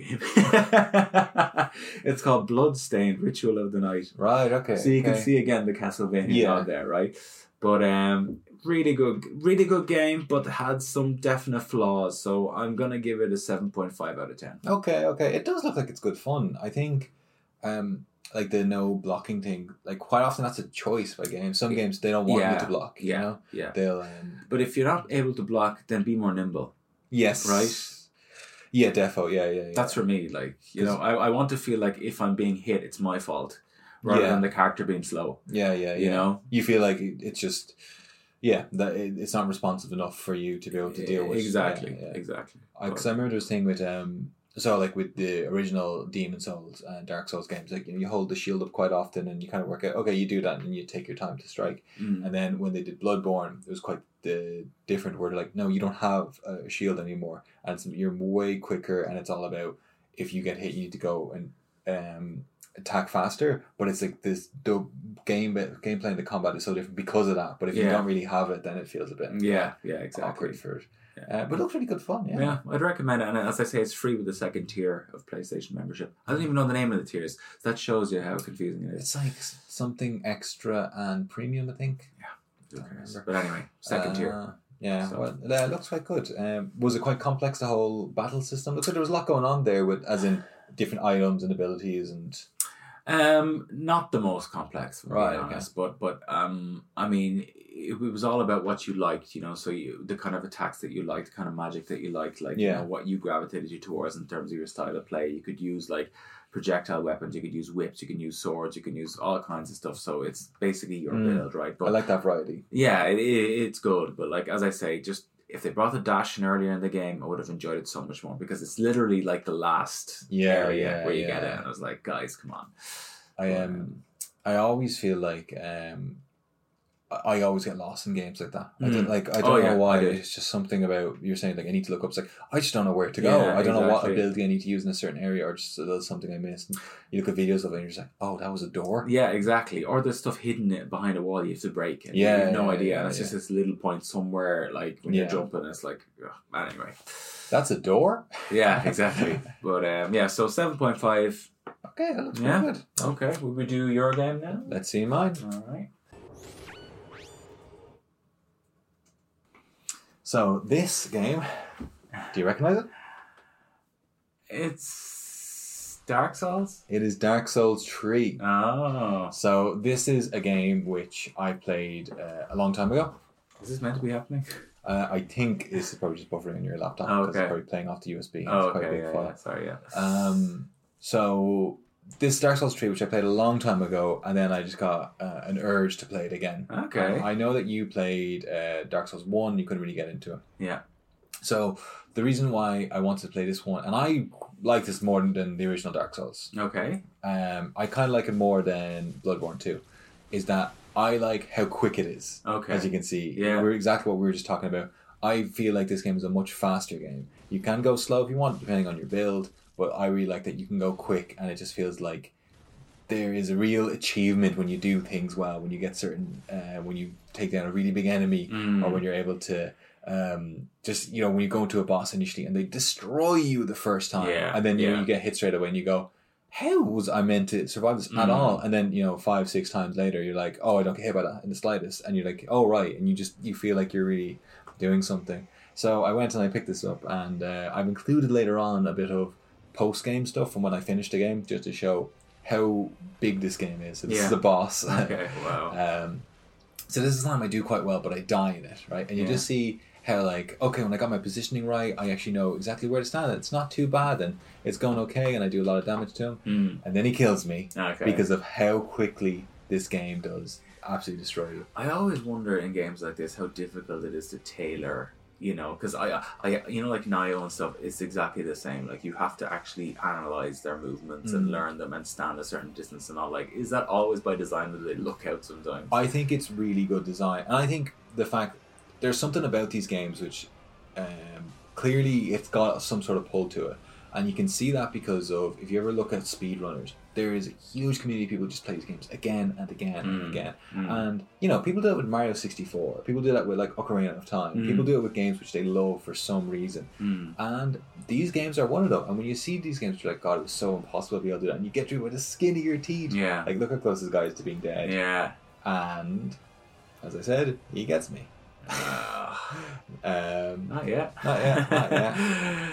[SPEAKER 2] game. [laughs] it's called Bloodstained: Ritual of the Night.
[SPEAKER 3] right. Okay.
[SPEAKER 2] So you
[SPEAKER 3] okay.
[SPEAKER 2] can see again the Castlevania
[SPEAKER 3] Yeah.
[SPEAKER 2] on there, right? But um, really good, really good game, but had some definite flaws. So I'm gonna give it a seven point five out of ten.
[SPEAKER 3] Okay, okay. It does look like it's good fun. I think, um, like the no blocking thing. Like quite often that's a choice by games. Some games they don't want you
[SPEAKER 2] Yeah,
[SPEAKER 3] to block. You
[SPEAKER 2] yeah.
[SPEAKER 3] know,
[SPEAKER 2] Yeah,
[SPEAKER 3] they'll. Um,
[SPEAKER 2] but if you're not able to block, then be more nimble.
[SPEAKER 3] yes.
[SPEAKER 2] Right.
[SPEAKER 3] Yeah, defo. Yeah, yeah, yeah.
[SPEAKER 2] That's for me. Like you know, I, I want to feel like if I'm being hit, it's my fault rather
[SPEAKER 3] Yeah.
[SPEAKER 2] than the character being slow.
[SPEAKER 3] yeah, yeah, yeah.
[SPEAKER 2] You know,
[SPEAKER 3] you feel like it, it's just yeah that it, it's not responsive enough for you to be able to deal with
[SPEAKER 2] E, exactly,
[SPEAKER 3] Yeah, yeah.
[SPEAKER 2] exactly.
[SPEAKER 3] Because Uh, I, remember there was a thing with um so like with the original Demon Souls and Dark Souls games, like you, know, you hold the shield up quite often and you kind of work out okay you do that and you take your time to strike.
[SPEAKER 2] Mm.
[SPEAKER 3] And then when they did Bloodborne, it was quite the different. Where they're like, no, you don't have a shield anymore, and so you're way quicker, and it's all about if you get hit, you need to go and um, attack faster. But it's like this the game gameplay and the combat is so different because of that. But if you
[SPEAKER 2] Yeah.
[SPEAKER 3] don't really have it, then it feels a bit
[SPEAKER 2] Yeah, yeah, exactly.
[SPEAKER 3] awkward for it.
[SPEAKER 2] Yeah.
[SPEAKER 3] Uh, but it looks really good fun. Yeah.
[SPEAKER 2] Yeah. I'd recommend it. And as I say, it's free with the second tier of PlayStation membership. I don't even know the name of the tiers. That shows you how confusing it is.
[SPEAKER 3] It's like s- something extra and premium, I think.
[SPEAKER 2] Who cares?
[SPEAKER 3] remember.
[SPEAKER 2] But anyway, second tier.
[SPEAKER 3] Uh, Yeah,
[SPEAKER 2] So-
[SPEAKER 3] well, it uh, looks quite good. Um, was it quite complex the whole battle system? Looks like there was a lot going on there with, as in different items and abilities and
[SPEAKER 2] Um, not the most complex, right?
[SPEAKER 3] Right,
[SPEAKER 2] Honest, But but um, I mean, it, it was all about what you liked, you know. So you, the kind of attacks that you liked, the kind of magic that you liked, like you
[SPEAKER 3] Yeah.
[SPEAKER 2] know what you gravitated you towards in terms of your style of play. You could use like projectile weapons, you could use whips, you can use swords, you can use all kinds of stuff. So it's basically your
[SPEAKER 3] Mm.
[SPEAKER 2] build, right?
[SPEAKER 3] I
[SPEAKER 2] But
[SPEAKER 3] like that variety.
[SPEAKER 2] yeah, it, it, it's good. But like as I say, just if they brought the dash in earlier in the game, I would have enjoyed it so much more because it's literally like the last
[SPEAKER 3] Yeah,
[SPEAKER 2] area
[SPEAKER 3] yeah,
[SPEAKER 2] where you get it,
[SPEAKER 3] yeah.
[SPEAKER 2] and I was like, guys, come on.
[SPEAKER 3] I um, I always feel like um, I I always get lost in games like that. I don't,
[SPEAKER 2] Mm.
[SPEAKER 3] like I
[SPEAKER 2] Oh,
[SPEAKER 3] don't
[SPEAKER 2] yeah,
[SPEAKER 3] know
[SPEAKER 2] I
[SPEAKER 3] why.
[SPEAKER 2] do.
[SPEAKER 3] It's just something about you're saying like I need to look up. It's like I just don't know where to go.
[SPEAKER 2] Yeah,
[SPEAKER 3] I don't know what
[SPEAKER 2] exactly.
[SPEAKER 3] ability I need to use in a certain area, or just uh, there's something I missed. And you look at videos of it and you're just like, oh, that was a door.
[SPEAKER 2] Yeah, exactly. Or there's stuff hidden behind a wall you have to break. And you
[SPEAKER 3] Yeah,
[SPEAKER 2] have no
[SPEAKER 3] yeah,
[SPEAKER 2] idea.
[SPEAKER 3] yeah,
[SPEAKER 2] and it's just this little point somewhere, like when you're
[SPEAKER 3] Yeah.
[SPEAKER 2] jumping, it's like, ugh, anyway.
[SPEAKER 3] That's a door.
[SPEAKER 2] Yeah,
[SPEAKER 3] [laughs]
[SPEAKER 2] exactly. but um, yeah, so 7.5.
[SPEAKER 3] Okay, that looks
[SPEAKER 2] Yeah.
[SPEAKER 3] pretty good.
[SPEAKER 2] Okay, will we do your game now?
[SPEAKER 3] Let's see mine.
[SPEAKER 2] All right.
[SPEAKER 3] So this game, do you recognize it?
[SPEAKER 2] It's Dark Souls.
[SPEAKER 3] It is Dark Souls Three.
[SPEAKER 2] Oh.
[SPEAKER 3] So this is a game which I played uh, a long time ago.
[SPEAKER 2] Is this meant to be happening?
[SPEAKER 3] Uh, I think this is probably just buffering on your laptop because
[SPEAKER 2] Oh, Okay.
[SPEAKER 3] it's probably playing off the USB. and
[SPEAKER 2] Oh,
[SPEAKER 3] it's quite a
[SPEAKER 2] okay.
[SPEAKER 3] big
[SPEAKER 2] Yeah,
[SPEAKER 3] file.
[SPEAKER 2] yeah, sorry, yeah.
[SPEAKER 3] Um, so this Dark Souls Three, which I played a long time ago, and then I just got uh, an urge to play it again.
[SPEAKER 2] Okay.
[SPEAKER 3] I know that you played uh, Dark Souls 1, you couldn't really get into it.
[SPEAKER 2] Yeah.
[SPEAKER 3] So the reason why I wanted to play this one, and I like this more than, than the original Dark Souls,
[SPEAKER 2] Okay.
[SPEAKER 3] um, I kind of like it more than Bloodborne 2, is that I like how quick it is.
[SPEAKER 2] Okay.
[SPEAKER 3] As you can see,
[SPEAKER 2] Yeah.
[SPEAKER 3] we're exactly what we were just talking about. I feel like this game is a much faster game. You can go slow if you want, depending on your build, but I really like that you can go quick, and it just feels like there is a real achievement when you do things well, when you get certain, uh, when you take down a really big enemy,
[SPEAKER 2] Mm.
[SPEAKER 3] or when you're able to um, just you know when you go into a boss initially and they destroy you the first time,
[SPEAKER 2] Yeah,
[SPEAKER 3] and then you, know,
[SPEAKER 2] yeah.
[SPEAKER 3] you get hit straight away, and you go. How was I meant to survive this
[SPEAKER 2] Mm.
[SPEAKER 3] at all? And then you know, five, six times later, you're like, "Oh, I don't care about that in the slightest," and you're like, "Oh, right," and you just you feel like you're really doing something. So I went and I picked this up, and uh, I've included later on a bit of post game stuff from when I finished the game, just to show how big this game is. So this
[SPEAKER 2] Yeah.
[SPEAKER 3] is the boss. [laughs]
[SPEAKER 2] okay, wow.
[SPEAKER 3] Um, so this is time I do quite well, but I die in it, right? And you
[SPEAKER 2] Yeah.
[SPEAKER 3] just see how like, okay, when I got my positioning right, I actually know exactly where to stand. It's not too bad, and it's going okay, and I do a lot of damage to him.
[SPEAKER 2] Mm.
[SPEAKER 3] And then he kills me
[SPEAKER 2] Okay.
[SPEAKER 3] because of how quickly this game does absolutely destroy you.
[SPEAKER 2] I always wonder in games like this how difficult it is to tailor. You know, because I, I, you know, like Nio and stuff, it's exactly the same. Like you have to actually analyze their movements and
[SPEAKER 3] Mm.
[SPEAKER 2] learn them and stand a certain distance and all. Like, is that always by design that they look out sometimes?
[SPEAKER 3] I think it's really good design, and I think the fact there's something about these games which um, clearly it's got some sort of pull to it, and you can see that because of if you ever look at speedrunners, there is a huge community of people who just play these games again and again
[SPEAKER 2] Mm.
[SPEAKER 3] and again,
[SPEAKER 2] Mm.
[SPEAKER 3] and you know people do it with Mario sixty four, people do that with like Ocarina of Time,
[SPEAKER 2] Mm.
[SPEAKER 3] people do it with games which they love for some reason,
[SPEAKER 2] Mm.
[SPEAKER 3] and these games are one of them. And when you see these games, you're like, God, it was so impossible to be able to do that, and you get through with the skin of your teeth. [laughs]
[SPEAKER 2] Yeah,
[SPEAKER 3] Like, look how close this guy is to being dead
[SPEAKER 2] yeah.
[SPEAKER 3] and as I said, he gets me.
[SPEAKER 2] Uh,
[SPEAKER 3] Um,
[SPEAKER 2] not yet.
[SPEAKER 3] Not yet, not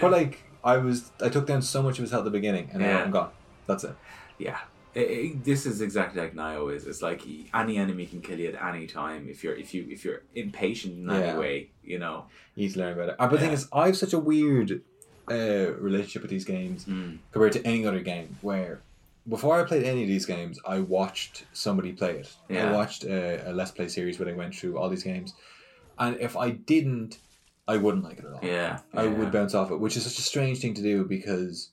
[SPEAKER 2] [laughs]
[SPEAKER 3] but like I was, I took down so much of his health at the beginning, and
[SPEAKER 2] Yeah.
[SPEAKER 3] now I'm gone. That's it.
[SPEAKER 2] Yeah. I I- this is exactly like Nio is. It's like any enemy can kill you at any time if you're if you if you're impatient in any
[SPEAKER 3] Yeah.
[SPEAKER 2] way. You know.
[SPEAKER 3] You need to learn about it. Uh, But the thing
[SPEAKER 2] Yeah.
[SPEAKER 3] is, I have such a weird uh, relationship with these games
[SPEAKER 2] Mm.
[SPEAKER 3] compared to any other game where before I played any of these games, I watched somebody play it.
[SPEAKER 2] Yeah.
[SPEAKER 3] I watched a, a Let's Play series where they went through all these games, and if I didn't, I wouldn't like it at all.
[SPEAKER 2] Yeah.
[SPEAKER 3] I
[SPEAKER 2] yeah.
[SPEAKER 3] would bounce off it, which is such a strange thing to do because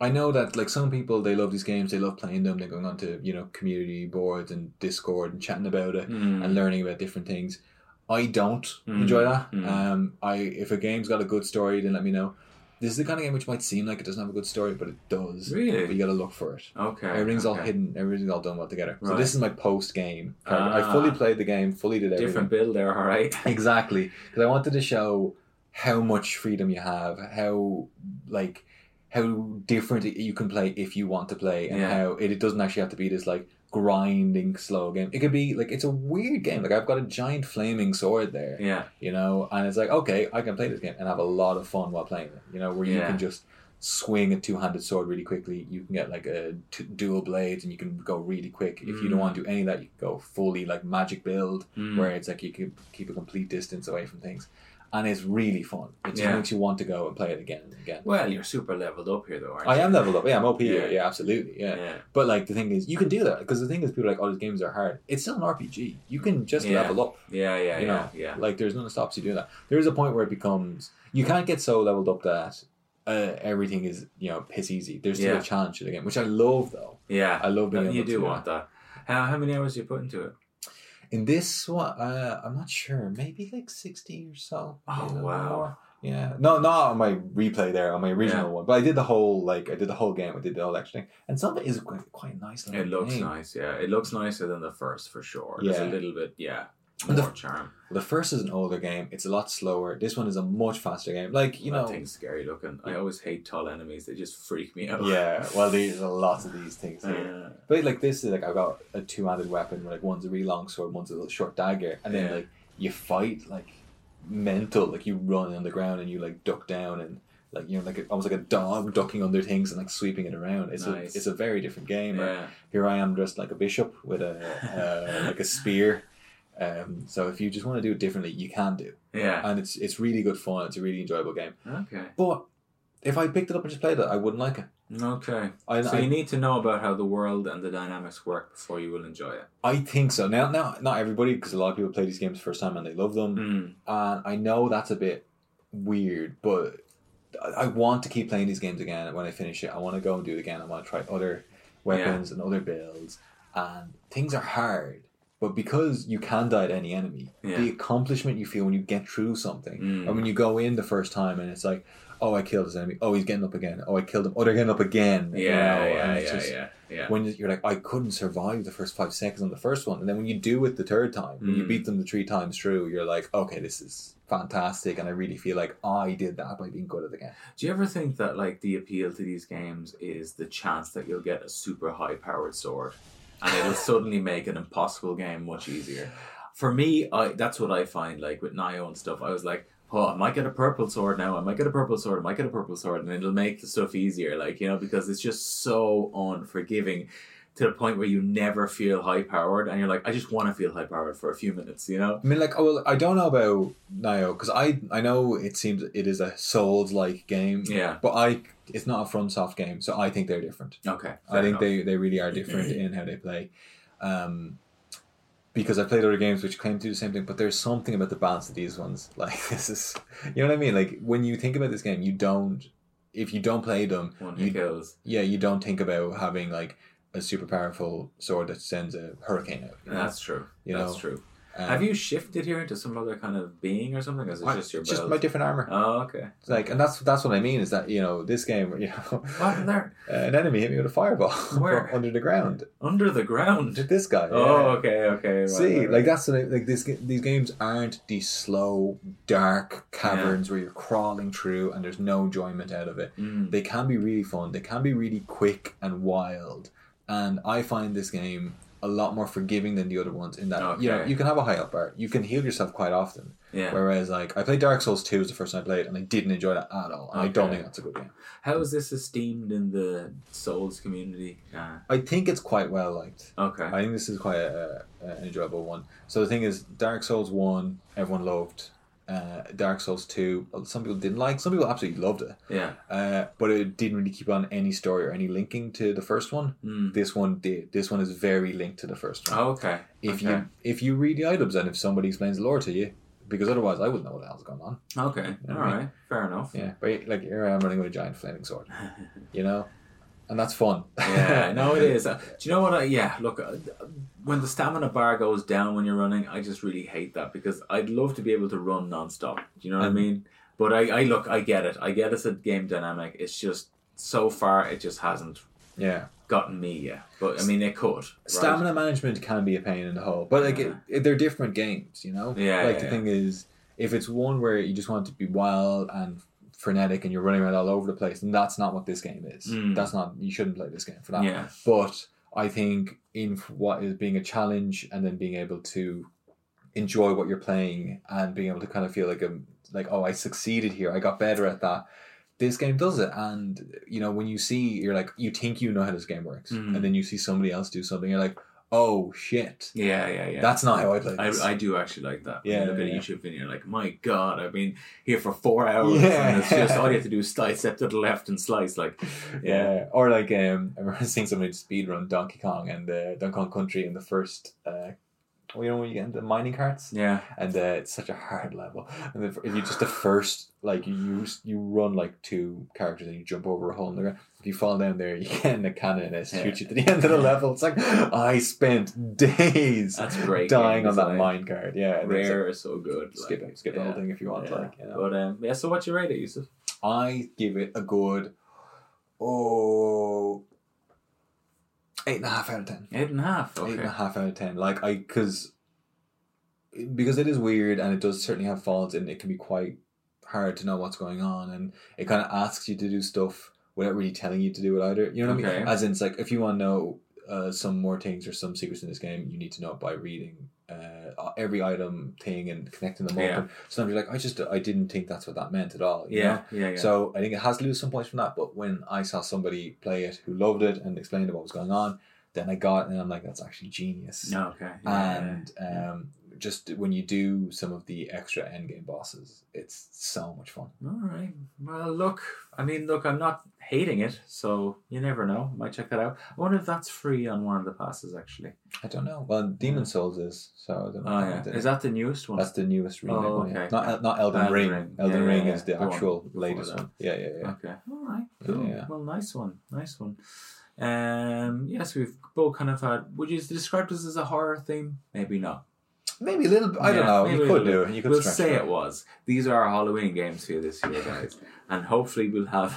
[SPEAKER 3] I know that like some people they love these games, they love playing them, they're going on to you know community boards and Discord and chatting about it
[SPEAKER 2] Mm.
[SPEAKER 3] and learning about different things. I don't
[SPEAKER 2] Mm.
[SPEAKER 3] enjoy that.
[SPEAKER 2] Mm.
[SPEAKER 3] Um, I if a game's got a good story, then let me know. This is the kind of game which might seem like it doesn't have a good story, but it does.
[SPEAKER 2] Really?
[SPEAKER 3] But you got to look for it.
[SPEAKER 2] Okay.
[SPEAKER 3] Everything's all
[SPEAKER 2] okay.
[SPEAKER 3] hidden. Everything's all done well together. So
[SPEAKER 2] Right.
[SPEAKER 3] this is my post game.
[SPEAKER 2] Ah.
[SPEAKER 3] I fully played the game. Fully did everything.
[SPEAKER 2] Different build there, all
[SPEAKER 3] [laughs]
[SPEAKER 2] right.
[SPEAKER 3] Exactly, because I wanted to show how much freedom you have, how like how different it- you can play if you want to play, and
[SPEAKER 2] Yeah.
[SPEAKER 3] how it, it doesn't actually have to be this like grinding slow game. It could be like it's a weird game. Like I've got a giant flaming sword there,
[SPEAKER 2] Yeah.
[SPEAKER 3] you know, and it's like okay, I can play this game and have a lot of fun while playing it. You know, where you
[SPEAKER 2] Yeah.
[SPEAKER 3] can just swing a two-handed sword really quickly you can get like a t- dual blades and you can go really quick if you
[SPEAKER 2] Mm.
[SPEAKER 3] don't want to do any of that you can go fully like magic build
[SPEAKER 2] Mm.
[SPEAKER 3] where it's like you can keep a complete distance away from things. And it's really fun. It just
[SPEAKER 2] Yeah.
[SPEAKER 3] makes you want to go and play it again and again.
[SPEAKER 2] Well, you're super leveled up here, though, aren't
[SPEAKER 3] I
[SPEAKER 2] you?
[SPEAKER 3] am leveled up. Yeah, I'm OP here.
[SPEAKER 2] Yeah.
[SPEAKER 3] Yeah, absolutely. Yeah.
[SPEAKER 2] Yeah.
[SPEAKER 3] But like the thing is, you can do that because the thing is, people are like, oh, these games are hard. It's still an RPG. You can just
[SPEAKER 2] Yeah.
[SPEAKER 3] level up.
[SPEAKER 2] Yeah. Yeah.
[SPEAKER 3] You
[SPEAKER 2] Yeah.
[SPEAKER 3] know,
[SPEAKER 2] Yeah.
[SPEAKER 3] Like there's nothing that stops you doing that. There is a point where it becomes you can't get so leveled up that uh, everything is you know piss easy. There's still
[SPEAKER 2] Yeah.
[SPEAKER 3] a challenge to the game, which I love though.
[SPEAKER 2] Yeah.
[SPEAKER 3] I love being
[SPEAKER 2] No,
[SPEAKER 3] able
[SPEAKER 2] you
[SPEAKER 3] to
[SPEAKER 2] do
[SPEAKER 3] that.
[SPEAKER 2] want that. How, how many hours do you put into it?
[SPEAKER 3] In this one, uh, I'm not sure. Maybe like sixty or so.
[SPEAKER 2] Oh,
[SPEAKER 3] maybe a little
[SPEAKER 2] wow.
[SPEAKER 3] Yeah. No, not on my replay there on my original
[SPEAKER 2] Yeah.
[SPEAKER 3] one, but I did the whole like I did the whole game. I did the whole action thing, and some of it is quite, quite nice.
[SPEAKER 2] It
[SPEAKER 3] looking
[SPEAKER 2] looks
[SPEAKER 3] game.
[SPEAKER 2] nice, yeah. It looks nicer than the first for sure. There's
[SPEAKER 3] Yeah.
[SPEAKER 2] a little bit, yeah, more
[SPEAKER 3] And the-
[SPEAKER 2] charm.
[SPEAKER 3] The first is an older game. It's a lot slower. This one is a much faster game. Like you
[SPEAKER 2] that
[SPEAKER 3] know.
[SPEAKER 2] thing's scary looking. I always hate tall enemies. They just freak me out.
[SPEAKER 3] Yeah. Well,
[SPEAKER 2] [laughs]
[SPEAKER 3] there's a lot of these things. Here.
[SPEAKER 2] Uh,
[SPEAKER 3] But like this is like I've got a two handed weapon where like one's a really long sword, one's a little short dagger, and then
[SPEAKER 2] Yeah.
[SPEAKER 3] like you fight like mental, like you run on the ground and you like duck down and like you know like almost like a dog ducking under things and like sweeping it around. It's
[SPEAKER 2] Nice.
[SPEAKER 3] a it's a very different game. Or
[SPEAKER 2] yeah.
[SPEAKER 3] Here I am dressed like a bishop with a uh, [laughs] like a spear. Um, so if you just want to do it differently, you can do,
[SPEAKER 2] Yeah.
[SPEAKER 3] and it's it's really good fun. It's a really enjoyable game.
[SPEAKER 2] Okay.
[SPEAKER 3] But if I picked it up and just played it, I wouldn't like it.
[SPEAKER 2] Okay.
[SPEAKER 3] I,
[SPEAKER 2] so
[SPEAKER 3] I,
[SPEAKER 2] you need to know about how the world and the dynamics work before you will enjoy it.
[SPEAKER 3] I think so. Now, now, not everybody, because a lot of people play these games first time and they love them.
[SPEAKER 2] Mm.
[SPEAKER 3] And I know that's a bit weird, but I I want to keep playing these games again. When I finish it, I want to go and do it again. I want to try other weapons and other builds. And things are hard, but because you can die to any enemy,
[SPEAKER 2] Yeah.
[SPEAKER 3] the accomplishment you feel when you get through something,
[SPEAKER 2] Mm.
[SPEAKER 3] and when you go in the first time, and it's like, oh, I killed this enemy. Oh, he's getting up again. Oh, I killed him. Oh, they're getting up again.
[SPEAKER 2] Yeah.
[SPEAKER 3] you know, and
[SPEAKER 2] Yeah.
[SPEAKER 3] it's
[SPEAKER 2] Yeah.
[SPEAKER 3] just-
[SPEAKER 2] yeah. Yeah.
[SPEAKER 3] when you're like, I couldn't survive the first five seconds on the first one, and then when you do it the third time, when you
[SPEAKER 2] Mm.
[SPEAKER 3] beat them the three times through, you're like, okay, this is fantastic, and I really feel like I did that by being good at the game.
[SPEAKER 2] Do you ever think that like the appeal to these games is the chance that you'll get a super high powered sword and
[SPEAKER 3] [laughs]
[SPEAKER 2] it'll suddenly make an impossible game much easier? For me, I that's what I find like with Nio and stuff. I was like, oh, I might get a purple sword now. I might get a purple sword. I might get a purple sword, and it'll make the stuff easier. Like you know, because it's just so unforgiving. To the point where you never feel high powered, and you're like, I just want to feel high powered for a few minutes, you know?
[SPEAKER 3] I mean, like, oh, well, I don't know about Nio because I I know it seems it is a Souls like game,
[SPEAKER 2] Yeah.
[SPEAKER 3] but I it's not a FromSoft game, so I think they're different.
[SPEAKER 2] Okay.
[SPEAKER 3] I
[SPEAKER 2] fair
[SPEAKER 3] think
[SPEAKER 2] enough.
[SPEAKER 3] they, they really are different in how they play. Um, because I played other games which claim to do the same thing, but there's something about the balance of these ones. [laughs] Like this is, you know what I mean. Like when you think about this game, you don't. If you don't play them,
[SPEAKER 2] one
[SPEAKER 3] you-
[SPEAKER 2] hit kills.
[SPEAKER 3] yeah, you don't think about having like a super powerful sword that sends a hurricane out. you know?
[SPEAKER 2] That's true.
[SPEAKER 3] You
[SPEAKER 2] That's
[SPEAKER 3] know,
[SPEAKER 2] true.
[SPEAKER 3] Um,
[SPEAKER 2] Have you shifted here into some other kind of being or something? Or is it
[SPEAKER 3] I-
[SPEAKER 2] just your
[SPEAKER 3] just
[SPEAKER 2] belt?
[SPEAKER 3] my different armor.
[SPEAKER 2] oh, okay.
[SPEAKER 3] It's like, and that's that's what I mean is that you know this game, [laughs] you know,
[SPEAKER 2] What in there?
[SPEAKER 3] an enemy hit me with a fireball from
[SPEAKER 2] Where?
[SPEAKER 3] [laughs] under the ground.
[SPEAKER 2] Under the ground.
[SPEAKER 3] This guy.
[SPEAKER 2] [laughs] Oh,
[SPEAKER 3] yeah.
[SPEAKER 2] okay, okay. right,
[SPEAKER 3] See,
[SPEAKER 2] right,
[SPEAKER 3] like
[SPEAKER 2] right.
[SPEAKER 3] that's the, like this. ga- These games aren't these slow, dark caverns where you're crawling through and there's no enjoyment out of it.
[SPEAKER 2] Mm.
[SPEAKER 3] They can be really fun. They can be really quick and wild. And I find this game a lot more forgiving than the other ones in that you know
[SPEAKER 2] Okay.
[SPEAKER 3] you can have a high up bar, you can heal yourself quite often.
[SPEAKER 2] Yeah.
[SPEAKER 3] Whereas like I played Dark Souls two was the first time I played and I didn't enjoy that at all. And I don't
[SPEAKER 2] Okay.
[SPEAKER 3] think that's a good game.
[SPEAKER 2] How is this esteemed in the Souls community? Uh,
[SPEAKER 3] I think it's quite well liked.
[SPEAKER 2] okay.
[SPEAKER 3] I think this is quite a, a, an enjoyable one. So the thing is, Dark Souls one, everyone loved. uh, Dark Souls 2. Some people didn't like, some people absolutely loved it.
[SPEAKER 2] Yeah.
[SPEAKER 3] Uh, but it didn't really keep on any story or any linking to the first one.
[SPEAKER 2] Mm.
[SPEAKER 3] This one did. This one is very linked to the first one.
[SPEAKER 2] Oh, okay.
[SPEAKER 3] if
[SPEAKER 2] okay.
[SPEAKER 3] you if you read the items and if somebody explains the lore to you, because otherwise I wouldn't know what the hell's going on.
[SPEAKER 2] Okay. All
[SPEAKER 3] know what I mean?
[SPEAKER 2] right. Fair enough.
[SPEAKER 3] Yeah, but like here I am running with a giant flaming sword, you know, and that's fun.
[SPEAKER 2] yeah, no,
[SPEAKER 3] [laughs]
[SPEAKER 2] it is. Uh, do you know what? I, yeah, look, uh, when the stamina bar goes down when you're running, I just really hate that because I'd love to be able to run non-stop. Do you know what
[SPEAKER 3] Um,
[SPEAKER 2] I mean? But I, I look, I get it. I get it's a game dynamic. It's just so far, it just hasn't
[SPEAKER 3] yeah.
[SPEAKER 2] gotten me yet. But I mean, it could. right?
[SPEAKER 3] Stamina management can be a pain in the hole, but like it, it- they're different games, you know.
[SPEAKER 2] Yeah,
[SPEAKER 3] Like
[SPEAKER 2] yeah,
[SPEAKER 3] the
[SPEAKER 2] yeah.
[SPEAKER 3] thing is, if it's one where you just want to be wild and frenetic and you're running around all over the place, then that's not what this game is.
[SPEAKER 2] Mm.
[SPEAKER 3] That's not you shouldn't play this game for that.
[SPEAKER 2] Yeah.
[SPEAKER 3] But I think in f- what is being a challenge and then being able to enjoy what you're playing and being able to kind of feel like a like oh I succeeded here I got better at that. This game does it, and you know when you see you're like you think you know how this game works,
[SPEAKER 2] Mhm.
[SPEAKER 3] and then you see somebody else do something, you're like oh shit,
[SPEAKER 2] Yeah, yeah, yeah.
[SPEAKER 3] that's not how I play
[SPEAKER 2] I,
[SPEAKER 3] this.
[SPEAKER 2] I do actually like that.
[SPEAKER 3] Yeah,
[SPEAKER 2] Yeah, a bit
[SPEAKER 3] yeah.
[SPEAKER 2] of YouTube video, like my God, I've been here for four hours,
[SPEAKER 3] Yeah.
[SPEAKER 2] and it's just all you have to
[SPEAKER 3] [laughs]
[SPEAKER 2] do is slice, step to the left and slice. Like, yeah,
[SPEAKER 3] Yeah, or like um, I remember [laughs] seeing somebody speedrun Donkey Kong and uh, Donkey Kong Country in the first, uh, well, you know when you get into mining carts,
[SPEAKER 2] yeah,
[SPEAKER 3] and uh, it's such a hard level. And the, if you just the first like you use- you run like two characters and you jump over a hole in the ground. If you fall down there, you get in a cannon and it
[SPEAKER 2] Yeah.
[SPEAKER 3] shoots you to the [laughs] end of the level. It's like I spent days
[SPEAKER 2] that's great.
[SPEAKER 3] dying
[SPEAKER 2] game
[SPEAKER 3] on that
[SPEAKER 2] design.
[SPEAKER 3] mine cart. Yeah, and it's like,
[SPEAKER 2] Rare is so good.
[SPEAKER 3] skip
[SPEAKER 2] like,
[SPEAKER 3] it, skip
[SPEAKER 2] yeah,
[SPEAKER 3] the whole thing if you want.
[SPEAKER 2] yeah.
[SPEAKER 3] Like, you know.
[SPEAKER 2] But um, yeah, so what's your rating, Yusuf?
[SPEAKER 3] I give it a good oh eight and a half out of ten.
[SPEAKER 2] Eight and a half.
[SPEAKER 3] Eight
[SPEAKER 2] Okay.
[SPEAKER 3] and a half out of ten. Like I because because it is weird and it does certainly have faults and it can be quite hard to know what's going on and it kind of asks you to do stuff without really telling you to do it either. You know what I
[SPEAKER 2] Okay.
[SPEAKER 3] mean? As in, it's like if you want to know uh, some more things or some secrets in this game, you need to know it by reading. Uh, every item thing and connecting them up.
[SPEAKER 2] Yeah.
[SPEAKER 3] And sometimes you're like, I just I didn't think that's what that meant at all. you know?
[SPEAKER 2] Yeah, yeah, yeah.
[SPEAKER 3] So I think it has to lose some points from that. But when I saw somebody play it who loved it and explained what was going on, then I got it and I'm like, that's actually genius.
[SPEAKER 2] No, okay.
[SPEAKER 3] And um, just when you do some of the extra endgame bosses, it's so much fun.
[SPEAKER 2] all right. Well, look. I mean, look. I'm not hating it, so you never know. Might check that out. I wonder if that's free on one of the passes. Actually.
[SPEAKER 3] I don't know. Well, Demon Souls is so. I don't know
[SPEAKER 2] Oh
[SPEAKER 3] how
[SPEAKER 2] yeah.
[SPEAKER 3] they did
[SPEAKER 2] Is
[SPEAKER 3] it.
[SPEAKER 2] that the newest one?
[SPEAKER 3] That's the newest remake.
[SPEAKER 2] Oh,
[SPEAKER 3] one, yeah.
[SPEAKER 2] okay.
[SPEAKER 3] Not not Elden,
[SPEAKER 2] Elden
[SPEAKER 3] Ring.
[SPEAKER 2] Ring.
[SPEAKER 3] Elden
[SPEAKER 2] Yeah,
[SPEAKER 3] Ring
[SPEAKER 2] yeah,
[SPEAKER 3] is
[SPEAKER 2] yeah.
[SPEAKER 3] the
[SPEAKER 2] The one
[SPEAKER 3] actual
[SPEAKER 2] before
[SPEAKER 3] latest
[SPEAKER 2] that.
[SPEAKER 3] one. Yeah, yeah, yeah.
[SPEAKER 2] Okay. All right. Cool.
[SPEAKER 3] Yeah.
[SPEAKER 2] Well, nice one. Nice one. Um. Yes, we've both kind of had. Would you describe this as a horror theme? Maybe not.
[SPEAKER 3] Maybe a little. I don't
[SPEAKER 2] Yeah,
[SPEAKER 3] know.
[SPEAKER 2] maybe
[SPEAKER 3] You
[SPEAKER 2] a
[SPEAKER 3] could do
[SPEAKER 2] little-
[SPEAKER 3] it. You could
[SPEAKER 2] we'll
[SPEAKER 3] stretch
[SPEAKER 2] say
[SPEAKER 3] it.
[SPEAKER 2] it was. These are our Halloween games for you this year, guys, and hopefully we'll have.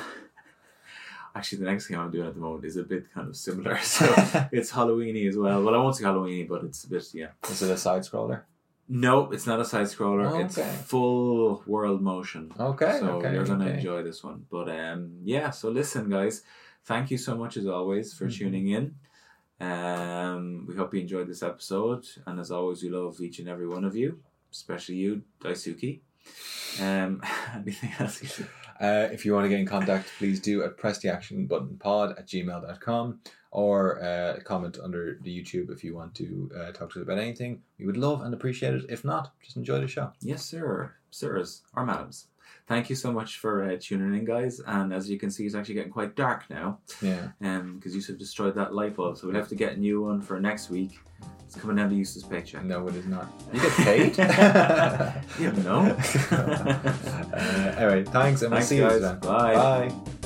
[SPEAKER 2] [laughs] Actually, the next game I'm doing at the moment is a bit kind of similar, [laughs] so it's Halloweeny as well. Well, I won't say Halloweeny, but it's a bit yeah.
[SPEAKER 3] Is it a side scroller?
[SPEAKER 2] No, it's not a side scroller.
[SPEAKER 3] Oh,
[SPEAKER 2] It's
[SPEAKER 3] okay.
[SPEAKER 2] full world motion.
[SPEAKER 3] Okay.
[SPEAKER 2] so
[SPEAKER 3] okay,
[SPEAKER 2] you're gonna
[SPEAKER 3] okay.
[SPEAKER 2] enjoy this one. But um, yeah. So listen, guys, thank you so much as always for
[SPEAKER 3] Mhm.
[SPEAKER 2] tuning in. Um, we hope you enjoyed this episode, and as always, we love each and every one of you, especially you, Daisuke. Um, [laughs] anything else? You should...
[SPEAKER 3] Uh, if you want to get in contact, please do at press the action button pod at gmail.com or uh, comment under the YouTube if you want to uh, talk to us about anything. We would love and appreciate it. If not, just enjoy the show.
[SPEAKER 2] Yes, sir, sirs or madams. Thank you so much for uh, tuning in, guys. And as you can see, it's actually getting quite dark now.
[SPEAKER 3] Yeah.
[SPEAKER 2] um, because Yusuf destroyed that light bulb, so we'll have to get a new one for next week. It's coming out of Yusuf's paycheck.
[SPEAKER 3] No, it is not. You get paid. uh,
[SPEAKER 2] [laughs] You know.
[SPEAKER 3] [laughs] anyway, thanks
[SPEAKER 2] Thanks,
[SPEAKER 3] and we'll see
[SPEAKER 2] guys.
[SPEAKER 3] you. soon.
[SPEAKER 2] Bye.
[SPEAKER 3] Bye.